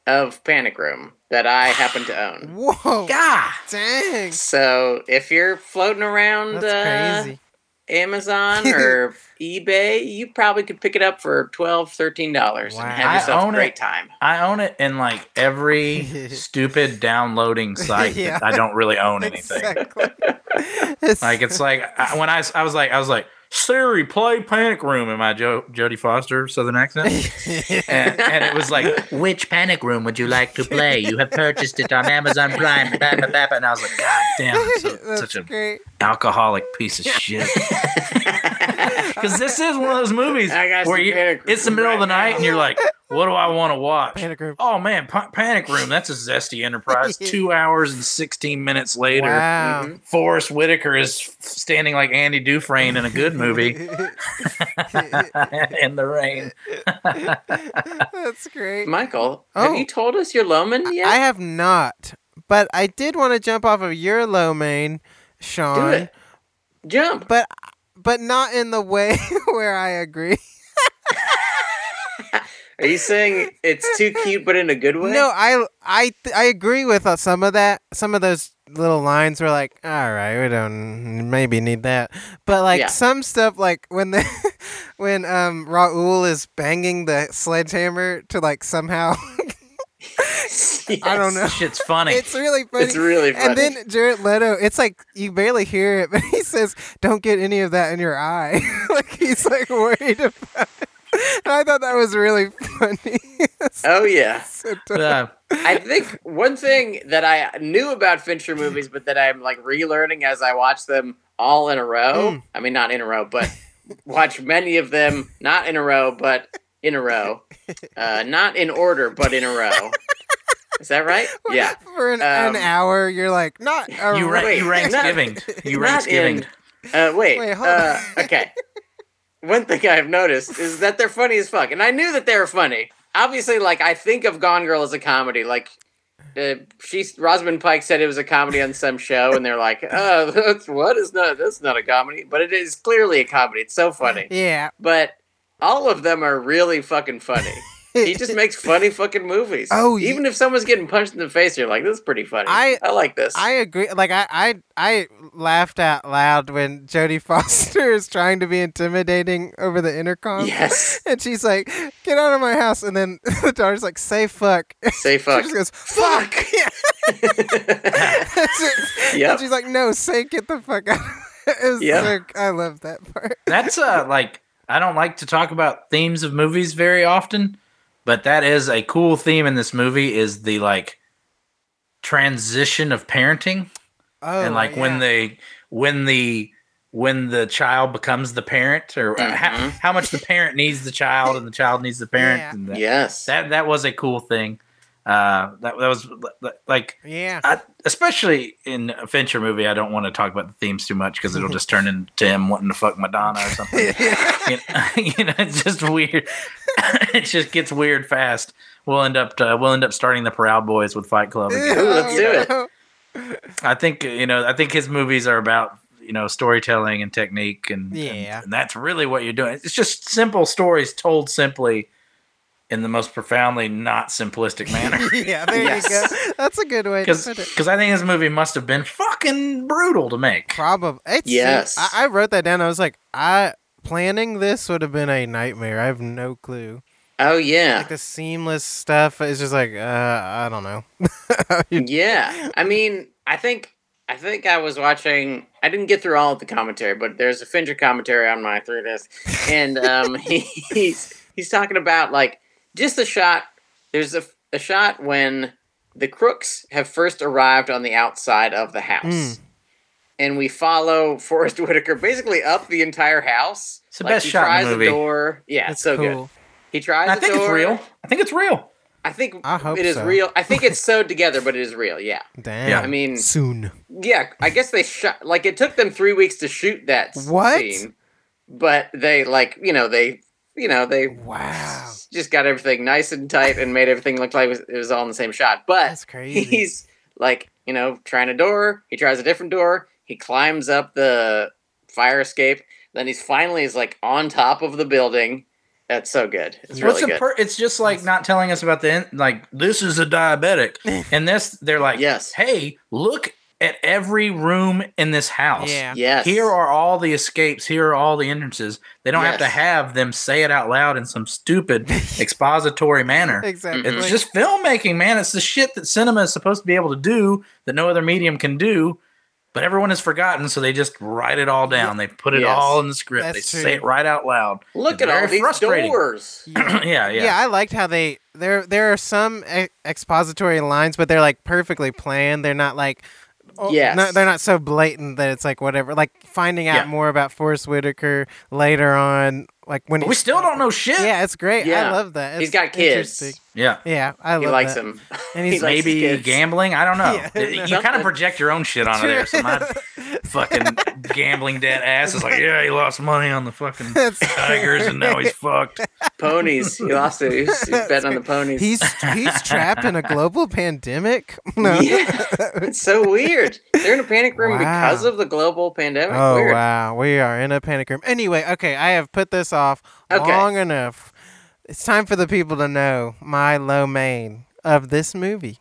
of Panic Room that I happen to own. Whoa. God, Dang. So if you're floating around uh, That's crazy. Amazon or eBay, you probably could pick it up for $12, $13 Wow. and I have yourself own a great it. time. I own it in like every stupid downloading site Yeah. that I don't really own anything. Exactly. It's- Like it's like I, when I, s- I was like I was like Siri play Panic Room in my jo- Jodie Foster Southern accent, and, and it was like which Panic Room would you like to play? You have purchased it on Amazon Prime. Blah, blah, blah, blah. And I was like, God damn, I'm so- That's such an great. alcoholic piece of shit. Because this is one of those movies I got where some you, Panic Room it's the middle of the right night now. and you're like, what do I want to watch? Panic Room. Oh man, pa- Panic Room. That's a zesty enterprise. Two hours and sixteen minutes later. Mm-hmm. Wow. Mhm. Forrest Whitaker is standing like Andy Dufresne in a good movie in the rain. That's great. Michael, Oh. have you told us your Loman yet? I have not, but I did want to jump off of your low main, Do Sean, it. Jump. but but not in the way where I agree. Are you saying it's too cute, but in a good way? No, I I th- I agree with uh, some of that. Some of those little lines were like, all right, we don't maybe need that. But like Yeah. some stuff, like when the when um Raul is banging the sledgehammer to like somehow I don't know. Shit's funny. It's really funny. It's really funny. And then Jared Leto, it's like you barely hear it, but he says, "Don't get any of that in your eye." like he's like worried about. It. And I thought that was really funny. oh, yeah. So dumb. But, uh, I think one thing that I knew about Fincher movies, but that I'm like relearning as I watch them all in a row. Mm. I mean, not in a row, but watch many of them not in a row, but in a row, uh, not in order, but in a row. Is that right? Yeah. For an, an Um, hour, you're like not. A you, ra- rank, wait, you ranks not- giving. You not ranks giving. in- Uh, wait. Wait, hold uh, on. okay. One thing I've noticed is that they're funny as fuck, and I knew that they were funny. Obviously, like I think of Gone Girl as a comedy. Like uh, she, Rosamund Pike said it was a comedy on some show, and they're like, "Oh, that's what is not that's not a comedy," but it is clearly a comedy. It's so funny. Yeah. But all of them are really fucking funny. he just makes funny fucking movies. Oh, you- even if someone's getting punched in the face, you're like, this is pretty funny. I- I, like this. I agree. Like I, I, I laughed out loud when Jodie Foster is trying to be intimidating over the intercom. yes. And she's like, "Get out of my house!" And then the daughter's like, "Say fuck." Say fuck. She just goes, "Fuck." Yeah. And she- Yep. and she's like, "No, say get the fuck out." it was Yep. so, I love that part. That's uh like I don't like to talk about themes of movies very often, but that is a cool theme in this movie is the like transition of parenting Oh, and like when yeah. they when the when the child becomes the parent or uh, how, Mhm. how much the parent needs the child and the child needs the parent Yeah. and that, yes. that that was a cool thing. Uh that, that was like yeah. I, especially in a Fincher movie, I don't want to talk about the themes too much because it'll just turn into him wanting to fuck Madonna or something. you, know, you know, it's just weird. it just gets weird fast. We'll end up uh, we'll end up starting the Proud Boys with Fight Club. Again. let's do it. Oh, I think uh, you know. I think his movies are about you know storytelling and technique, and and- Yeah. and that's really what you're doing. It's just simple stories told simply in the most profoundly not simplistic manner. yeah, there you go. That's a good way to put it. because I think this movie must have been fucking brutal to make. Probably. It's, Yes. I, I wrote that down. I was like, I planning this would have been a nightmare. I have no clue. Oh yeah. Like the seamless stuff is just like, uh, I don't know. yeah. I mean, I think I think I was watching I didn't get through all of the commentary, but there's a Fincher commentary on my three disc. And um he, he's he's talking about like just the shot there's a, a shot when the crooks have first arrived on the outside of the house. Hmm. Mm. And we follow Forrest Whitaker basically up the entire house. It's the best shot in the tries movie. a door. Yeah, That's so good. cool. He tries I a think it's door. real. I think it's real. I think I hope it is so. real. I think it's sewed together, but it is real. Yeah. Damn. Yeah. I mean, soon. yeah. I guess they shot. Like it took them three weeks to shoot that s- What? scene, but they like you know they you know they Wow. just got everything nice and tight and made everything look like it was, it was all in the same shot. But That's crazy. uh, he's like you know trying a door. He tries a different door. He climbs up the fire escape. Then he's finally is like on top of the building. That's so good. It's really What's the good. per- it's just like not telling us about the in- like this is a diabetic, and this they're like, Yes. hey, look at every room in this house. Yeah. yes. Here are all the escapes. Here are all the entrances. They don't have to Yes. have them say it out loud in some stupid expository manner. Mm-hmm. Exactly. It's just filmmaking, man. It's the shit that cinema is supposed to be able to do that no other medium can do, but everyone has forgotten, so they just write it all down. They put it Yes. all in the script. That's they true. say it right out loud. Look It's at all very these frustrating. doors. yeah. yeah, yeah. yeah. I liked how they there there are some e- expository lines, but they're like perfectly planned. They're not like oh, Yes. no, they're not so blatant that it's like whatever. Like finding Yeah. out more about Forrest Whitaker later on, like when But we he- still don't know shit. Yeah, it's great. I Yeah. love that. He's It's got kids. interesting. Yeah. Yeah, I love He likes that. him. And he's He likes his Maybe kids. gambling. I don't know. Yeah, I You- know. you kind of project your own shit onto there. So my fucking gambling dead ass is like, yeah, he lost money on the fucking That's- tigers, and now he's fucked. ponies. He lost it. He was, he was betting on the ponies. He's he's trapped in a global pandemic. No. yeah, it's so weird. They're in a panic room Wow. because of the global pandemic. Oh weird. wow, we are in a panic room. Anyway, okay, I have put this off Okay. long enough. It's time for the people to know my low main of this movie.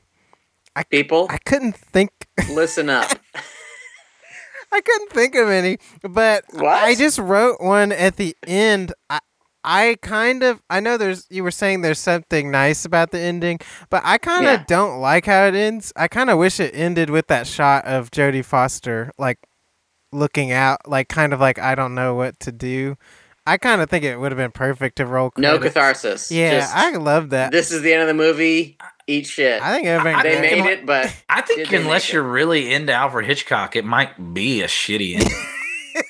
People, I couldn't think listen up. I couldn't think of any, but What? I just wrote one at the end. I I kind of I know there's you were saying there's something nice about the ending, but I kind of Yeah. don't like how it ends. I kind of wish it ended with that shot of Jodie Foster like looking out, like kind of like I don't know what to do. I kind of think it would have been perfect to roll. No credits. catharsis. Yeah, Just, I love that. this is the end of the movie. Eat shit. I think it would have been they great. made it, but I think Did they unless make it? you're really into Alfred Hitchcock, it might be a shitty ending.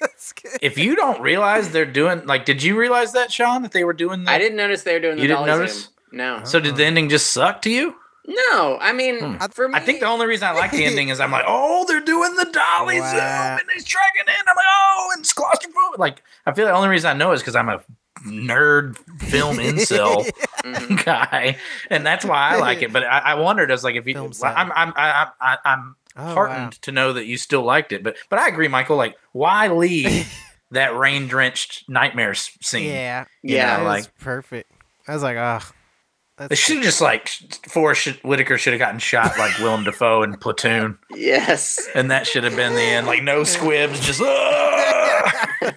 It's good. if you don't realize they're doing like, did you realize that Sean that they were doing that? I didn't notice they were doing You the didn't dolly notice? zoom. No, So did the ending just suck to you? no. I mean, Hmm. for me, I think the only reason I like the ending is I'm like, oh, they're doing the dolly Wow. zoom and he's dragging in. I'm like, oh, and it's claustrophobic. Like, I feel the only reason I know is because I'm a nerd film incel Mhm. guy, and that's why I like it. But I, I wondered, I was like, if you, Film sad. I'm, I'm, I, I, I'm Oh, wow. heartened to know that you still liked it. But, but I agree, Michael. Like, why leave that rain drenched nightmares scene. Yeah. You Yeah. know, That was like perfect. I was like, oh. they should have just like Forrest should- Whitaker should have gotten shot like Willem Dafoe in Platoon, Yes. and that should have been the end. Like no squibs, just "Ah!"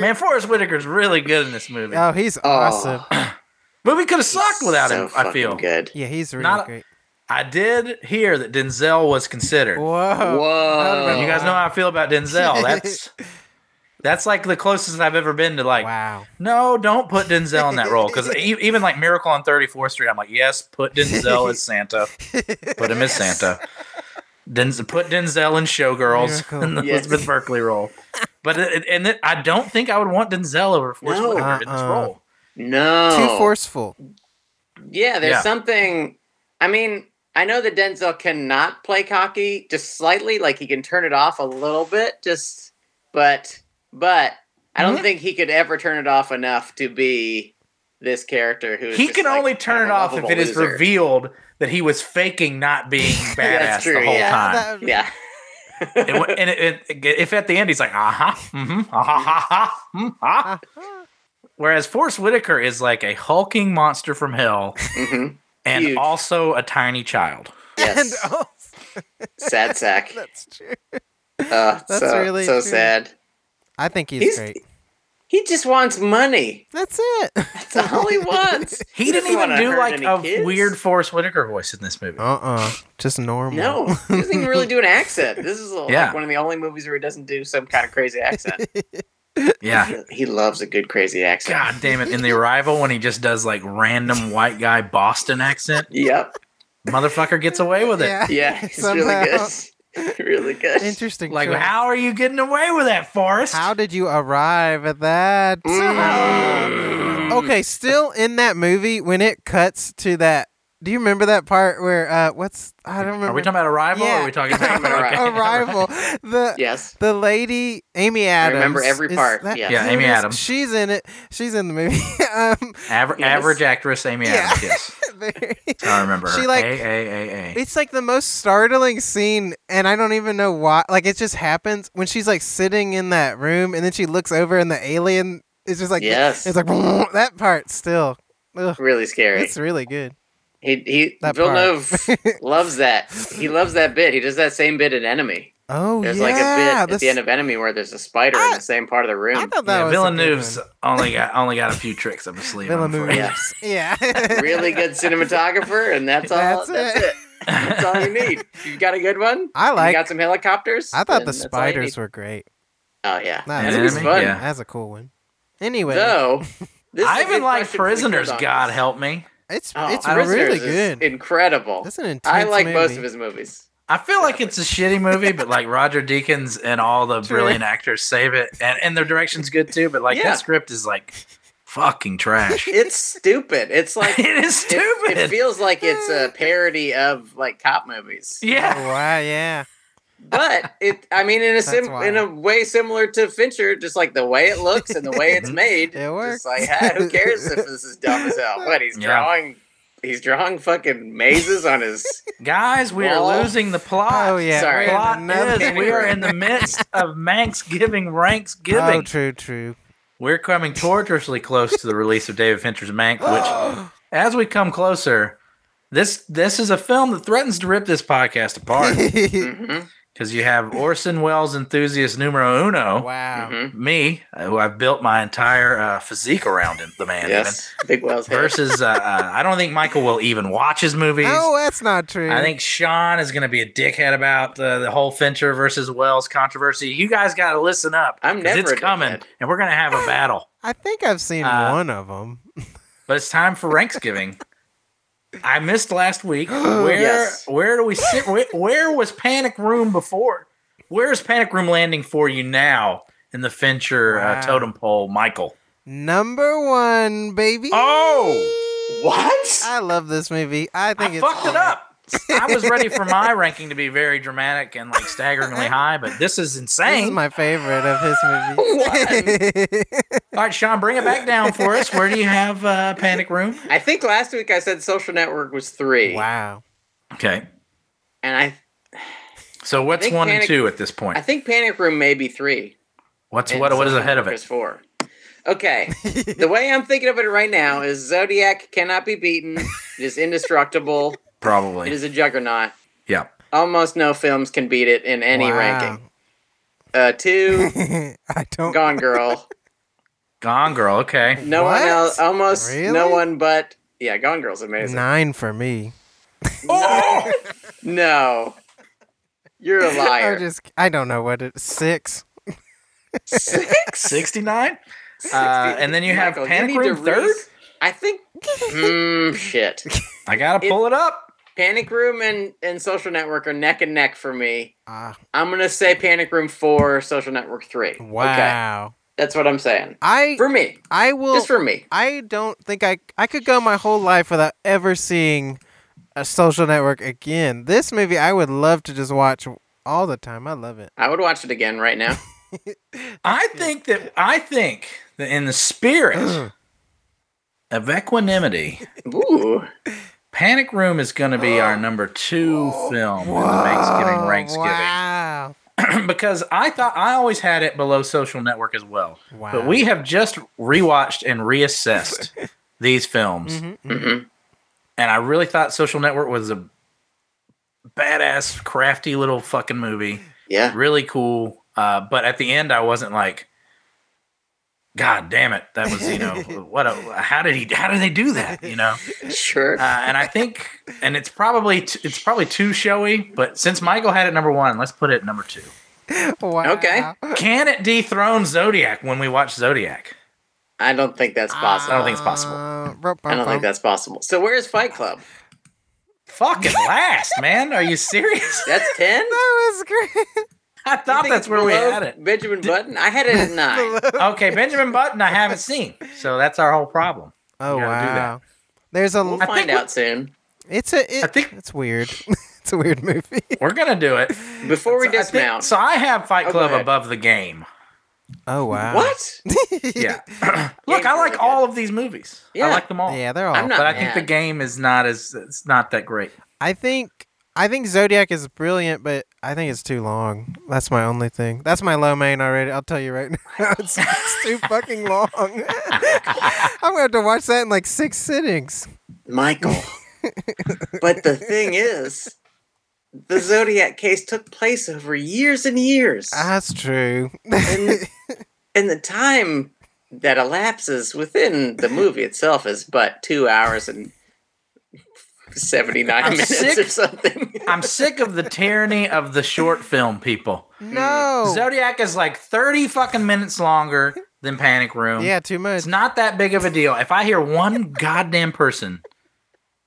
man. Forrest Whitaker's really good in this movie. oh, he's awesome. movie could have sucked without so him. I feel. fucking good. Yeah, he's really Not a- great. I did hear that Denzel was considered. Whoa. Whoa. You guys know how I feel about Denzel. That's that's like the closest I've ever been to like. Wow. No, don't put Denzel in that role because even like Miracle on 34th Street, I'm like, yes, put Denzel as Santa. Put him as Santa. Denzel, put Denzel in Showgirls Miracle. in the Yes. Elizabeth Berkley role. But it, and it, I don't think I would want Denzel over Forrest No. Whitaker in this Uh-uh. role. No. Too Oh. forceful. Yeah, there's Yeah. something. I mean, I know that Denzel cannot play cocky just slightly, like he can turn it off a little bit, just but but I don't Mhm. think he could ever turn it off enough to be this character who is He just, can like, only kind turn of it a off if lovable it is loser. revealed that he was faking not being badass true, the whole yeah. time. That- Yeah. It wa- and it, it, if at the end he's like, aha, mm-hmm, aha, ha, ha, mm, ah. Uh-huh. Whereas Forrest Whitaker is like a hulking monster from hell hmm and Huge. also a tiny child. And, Yes. oh, sad sack. that's true. Uh, That's so, really so true. sad. I think he's, He's- great. He just wants money. That's it. That's all he wants. He didn't doesn't even wanna do hurt like any a kids. weird Forrest Whitaker voice in this movie. Uh-uh. Just normal. No, he doesn't even really do an accent. This is like Yeah. one of the only movies where he doesn't do some kind of crazy accent. Yeah. He loves a good crazy accent. God damn it. In The Arrival, when he just does like random white guy Boston accent, Yep. motherfucker gets away with it. Yeah. Yeah. It's Somehow. really good. really good. Interesting. Like, choice. how are you getting away with that, Forrest? How did you arrive at that? Mm. Okay, still in that movie when it cuts to that. Do you remember that part where uh what's I don't remember Are we talking about Arrival or Yeah. are we talking about Talking about Okay. Arrival. The Yes. the lady Amy Adams. remember every is part, that- yes. Yeah, who Amy is- Adams. She's in it. She's in the movie. um Aver- Yes. Average actress Amy Yeah. Adams, yes. I remember. She, her. like- a a a a. It's like the most startling scene, and I don't even know why. Like it just happens when she's like sitting in that room, and then she looks over, and the alien is just like Yes. It's like that part still. Ugh, Really scary. it's really good. he he that Villeneuve loves that. He loves that bit. He does that same bit in Enemy. Oh There's yeah, Ah! like a bit at this- the end of Enemy where there's a spider in I- the same part of the I room. thought that Yeah, was a good Villeneuve's one. only got only got a few tricks up his sleeve. I'm Villeneuve. afraid. Yeah. Yeah, Really good cinematographer, and that's all. That's That's, it. it. That's all you need. You got a good one. I you like. got some helicopters. I then thought the that's all you spiders were great. need. Oh yeah, Nah, That Enemy? was fun. Yeah. That's a cool one. Anyway, So, this is I a even good like question for the prisoners. kids on God this. help me. it's Oh, it's Prisoners really is good. Incredible. That's an intense I like movie. most of his movies. I feel like it's a shitty movie, but like Roger Deakins and all the True. brilliant actors save it, and and their direction's good too. But like Yeah. that script is like fucking trash. It's stupid. It's like it, it is stupid. it feels like it's a parody of like cop movies. yeah, Oh, wow, yeah. But it I mean in a That's sim- wild. in a way similar to Fincher, just like the way it looks and the way it's made. It works. Just like ah, who cares if this is dumb as hell? But he's Yeah. drawing he's drawing fucking mazes on his guys, we are Well- losing the plot. Oh yeah, Sorry. we're in Plot another is we are in the midst of Manx giving, ranks Oh, giving. true, true. We're coming tortuously close to the release of David Fincher's Mank, which, as we come closer, this this is a film that threatens to rip this podcast apart Mhm, because you have Orson Welles enthusiast numero uno, wow. mhm. me, uh, who I've built my entire uh, physique around him, the man. Yes. Big Wells Even, head. versus, uh, uh, I don't think Michael will even watch his movies. Oh, that's not true. I think Sean is going to be a dickhead about uh, the whole Fincher versus Wells controversy. You guys got to listen up. I'm 'cause never a It's dickhead. coming, and we're going to have a battle. I think I've seen Uh, one of them. But it's time for Ranksgiving. I missed last week. Where Yes. where do we sit? Where, where was Panic Room before? Where is Panic Room landing for you now in the Fincher Wow. uh, totem pole, Michael? Number one, baby. Oh! What? I love this movie. I I, think it's fucked it up. I was ready for my ranking to be very dramatic and like staggeringly high, but this is This insane. is my favorite of his movies. All right, Sean, bring it back down for us. Where do you have uh, Panic Room? I think last week I said Social Network was three. wow. Okay, And I so what's think one and Panic- two at this point? I think Panic Room may be three. What's And what? What is Zodiac ahead of Is it? four. Okay. the way I'm thinking of it right now is Zodiac cannot be beaten. It is indestructible. It Probably. is a juggernaut. Yeah. Almost no films can beat it in any Wow. ranking. Uh, two, I don't. Gone Girl. Gone Girl. Okay. No What? one else. Almost no Really? one but yeah. Gone Girl's amazing. Nine for me. Oh! No, you're a liar. I just. I don't know what it. Six. Six. 69? Uh, and then you have Panic need to Room third? res- I think. Mm, shit. I got to It- pull it up. Panic Room and, and Social Network are neck and neck for me. Ah, I'm gonna say Panic Room four, Social Network three. wow. that's what I'm saying. I. For me, I will. just for me. I don't think I I could go my whole life without ever seeing a social network again. This movie I would love to just watch all the time. I love it. I would watch it again right now. I think that I think that in the spirit of equanimity, Ooh, Panic Room is going to be our number two film in the Thanksgiving Ranksgiving Oh, Wow. because I thought I always had it below Social Network as well. Wow. But we have just rewatched and reassessed these films, Mm-hmm. Mhm. and I really thought Social Network was a badass, crafty little fucking movie. yeah. really cool. Uh, but at the end, I wasn't like, God damn it, that was you know what? A, how did he? How did they do that? You know. Sure. Uh, and I think, and it's probably t- it's probably too showy. But since Michael had it number one, let's put it at number two. Wow. Okay. Can it dethrone Zodiac when we watch Zodiac? I don't think that's possible. I don't think it's possible. Uh, I don't think that's possible. So where's Fight Club? Fucking last, man. Are you serious? That's ten. That was great. I thought that's where we had it. Benjamin Button. I had it at nine. Okay, Benjamin Button, I haven't seen, so that's our whole problem. Oh You gotta do that. wow. There's a. We'll I find think we- out soon. It's a. It, I think- it's weird. it's a weird movie. We're gonna do it. Before we So I think- dismount. so I have Fight Oh, go Club ahead. above the game. Oh wow. what? Yeah. Look, I Game's like really all of these movies. Yeah. I like them all. Yeah, they're all. I'm not But I think the mad. game is not as it's not that great. I think I think Zodiac is brilliant, but I think it's too long. That's my only thing. That's my low main already. I'll tell you right now, it's, it's too fucking long. I'm gonna have to watch that in like six sittings. Michael. but the thing is, the Zodiac case took place over years and years. That's true. and, and the time that elapses within the movie itself is but two hours and 79 I'm minutes sick. or something. I'm sick of the tyranny of the short film people. no. Zodiac is like 30 fucking minutes longer than Panic Room. yeah, too much. It's not that big of a deal. If I hear one goddamn person,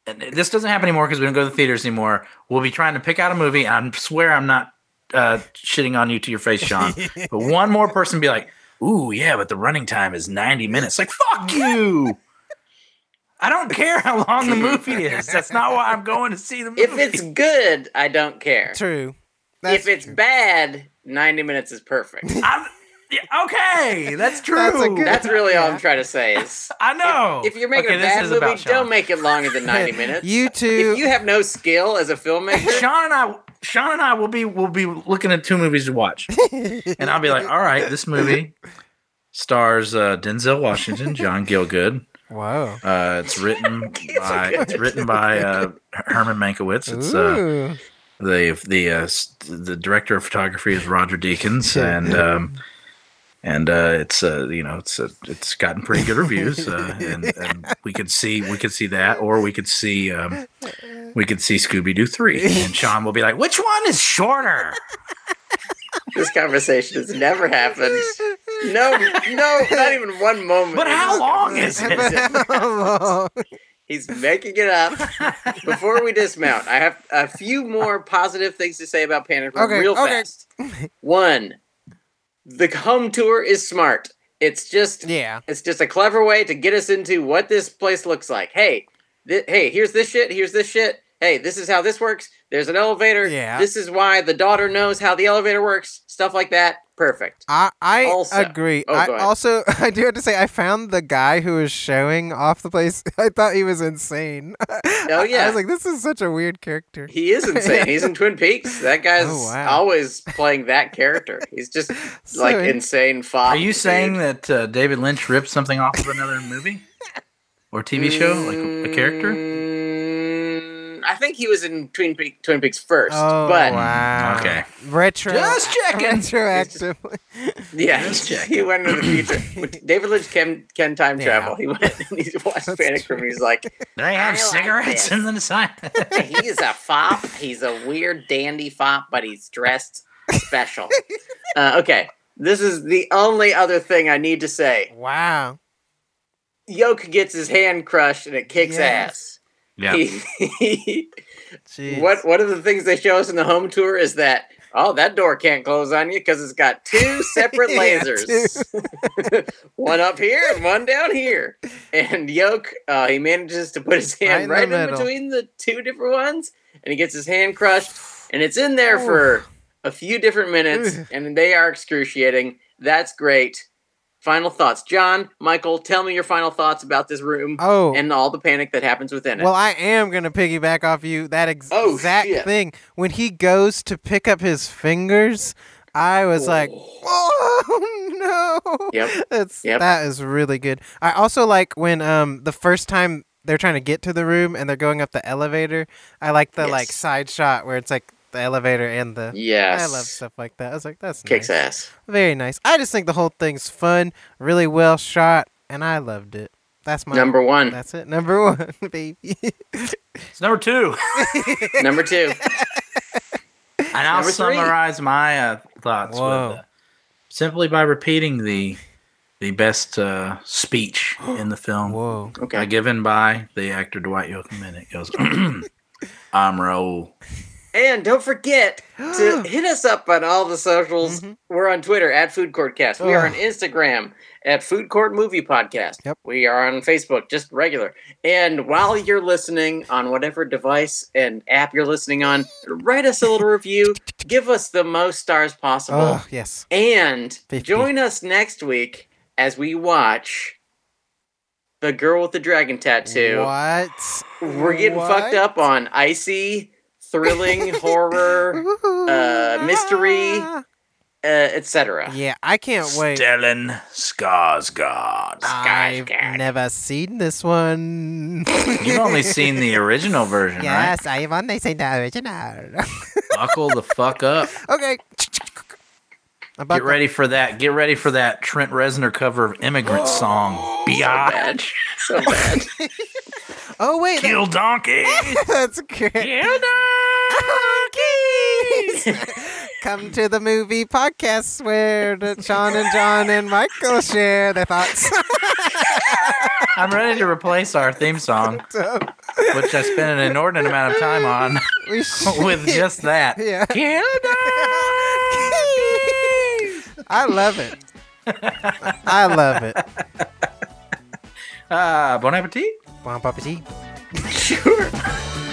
and this doesn't happen anymore because we don't go to the theaters anymore, we'll be trying to pick out a movie. And I swear I'm not uh, shitting on you to your face, Sean. but one more person be like, ooh, yeah, but the running time is 90 minutes. Like, fuck you. I don't care how long the movie is. That's not why I'm going to see the movie. if it's good, I don't care. true. if it's bad, 90 minutes is perfect. I'm, yeah, okay, that's true. That's a good- That's really all I'm trying to say is I know. if you're making Oh, Okay, a this bad is movie, about Sean. don't make it longer than 90 minutes. You two. if you have no skill as a filmmaker, Sean and I, Sean and I will be will be looking at two movies to watch, and I'll be like, "All right, this movie stars uh, Denzel Washington, John Gielgud. Whoa. Uh, it's written by it's written by uh, Herman Mankiewicz. It's uh, Ooh. the the uh, s- the director of photography is Roger Deakins, and um, and uh, it's uh, you know it's uh, it's gotten pretty good reviews, uh, and, and we could see we could see that, or we could see um, we could see Scooby Doo three, and Sean will be like, which one is shorter? this conversation has never happened. No, no, not even one moment. But in how this long is conversation. Hello. He's making it up. Before we dismount, I have a few more positive things to say about Panic Room Okay, real okay. fast. One, the home tour is smart. It's just yeah. It's just a clever way to get us into what this place looks like. Hey, th- hey, here's this shit. Here's this shit. hey, this is how this works. There's an elevator. Yeah. This is why the daughter knows how the elevator works. Stuff like that. Perfect. I, I Also- agree. Oh, I go ahead. also I do have to say I found the guy who was showing off the place. I thought he was insane. Oh, I yeah. was like, this is such a weird character. He is insane. He's in Twin Peaks. That guy's Oh, wow. always playing that character. He's just So like in- insane fox. Are you saying that uh, David Lynch ripped something off of another movie or TV show, like a, a character? Mm, I think he was in Twin, Pe- Twin Peaks first, Oh but wow. Okay. Mm, Retro. Just checking. Retroactively. yeah, Let's check. he went into the future. With- David Lynch can can time Yeah. travel. He went and he watched That's Panic true. Room. and He's like, have They have I like cigarettes cigarettes this. in in the design. he's a fop. He's a weird dandy fop, but he's dressed special. Uh, okay, this is the only other thing I need to say. Wow. Yoke gets his hand crushed and it kicks Yes. ass. yeah. He- Jeez. what one of the things they show us in the home tour is that oh that door can't close on you because it's got two separate Yeah, lasers, one up here and one down here. And Yoke uh, he manages to put his hand Right right, in in, the middle. between the two different ones, and he gets his hand crushed, and it's in there for a few different minutes, Ugh. and they are excruciating. That's great. Final thoughts, John, Michael. Tell me your final thoughts about this room Oh. and all the panic that happens within it. Well, I am going to piggyback off you that ex- Oh, exact shit. thing. When he goes to pick up his fingers, I was like, "Oh no!" Yep. That's Yep. that is really good. I also like when um the first time they're trying to get to the room and they're going up the elevator. I like the like Yes. side shot where it's like the elevator and the. yes, I love stuff like that. I was like, "That's Kicks nice. ass. very nice." I just think the whole thing's fun, really well shot, and I loved it. That's my Number one. That's it. Number one, baby. It's number two. Number two. And I'll Number three. summarize my uh, thoughts Whoa. with, uh, simply by repeating the the best uh, speech in the film Whoa. Okay. uh, given by the actor Dwight Yoakam, and it goes, "I'm Raoul." And don't forget to hit us up on all the socials. Mhm. We're on Twitter at Food Court Cast. We are on Ugh. Instagram at Food Court Movie Podcast. Yep. We are on Facebook, just regular. And while you're listening on whatever device and app you're listening on, write us a little review. Give us the most stars possible. Oh, yes. And Fifty. join us next week as we watch The Girl with the Dragon Tattoo. What? We're getting fucked up on icy, thrilling horror, uh, mystery. uh, etc. Yeah, I can't wait. Stellan Skarsgård. Ah. I've Skarsgård. never never seen this one. You've only seen the original version, yes, I've only seen the original. right? Buckle the fuck up. okay. Get ready for that. Get ready for that Trent Reznor cover of Immigrant Song. Biatch. So bad. Oh wait, that- Kill Donkey. that's great. Kill Donkey. Come to the movie podcast where the Sean and John and Michael share their thoughts. I'm ready to replace our theme song, which I spent an inordinate amount of time on, we should- with just that. Yeah. Kill Donkey. I love it. I love it. Ah, bon appetit. Bon appetit. sure.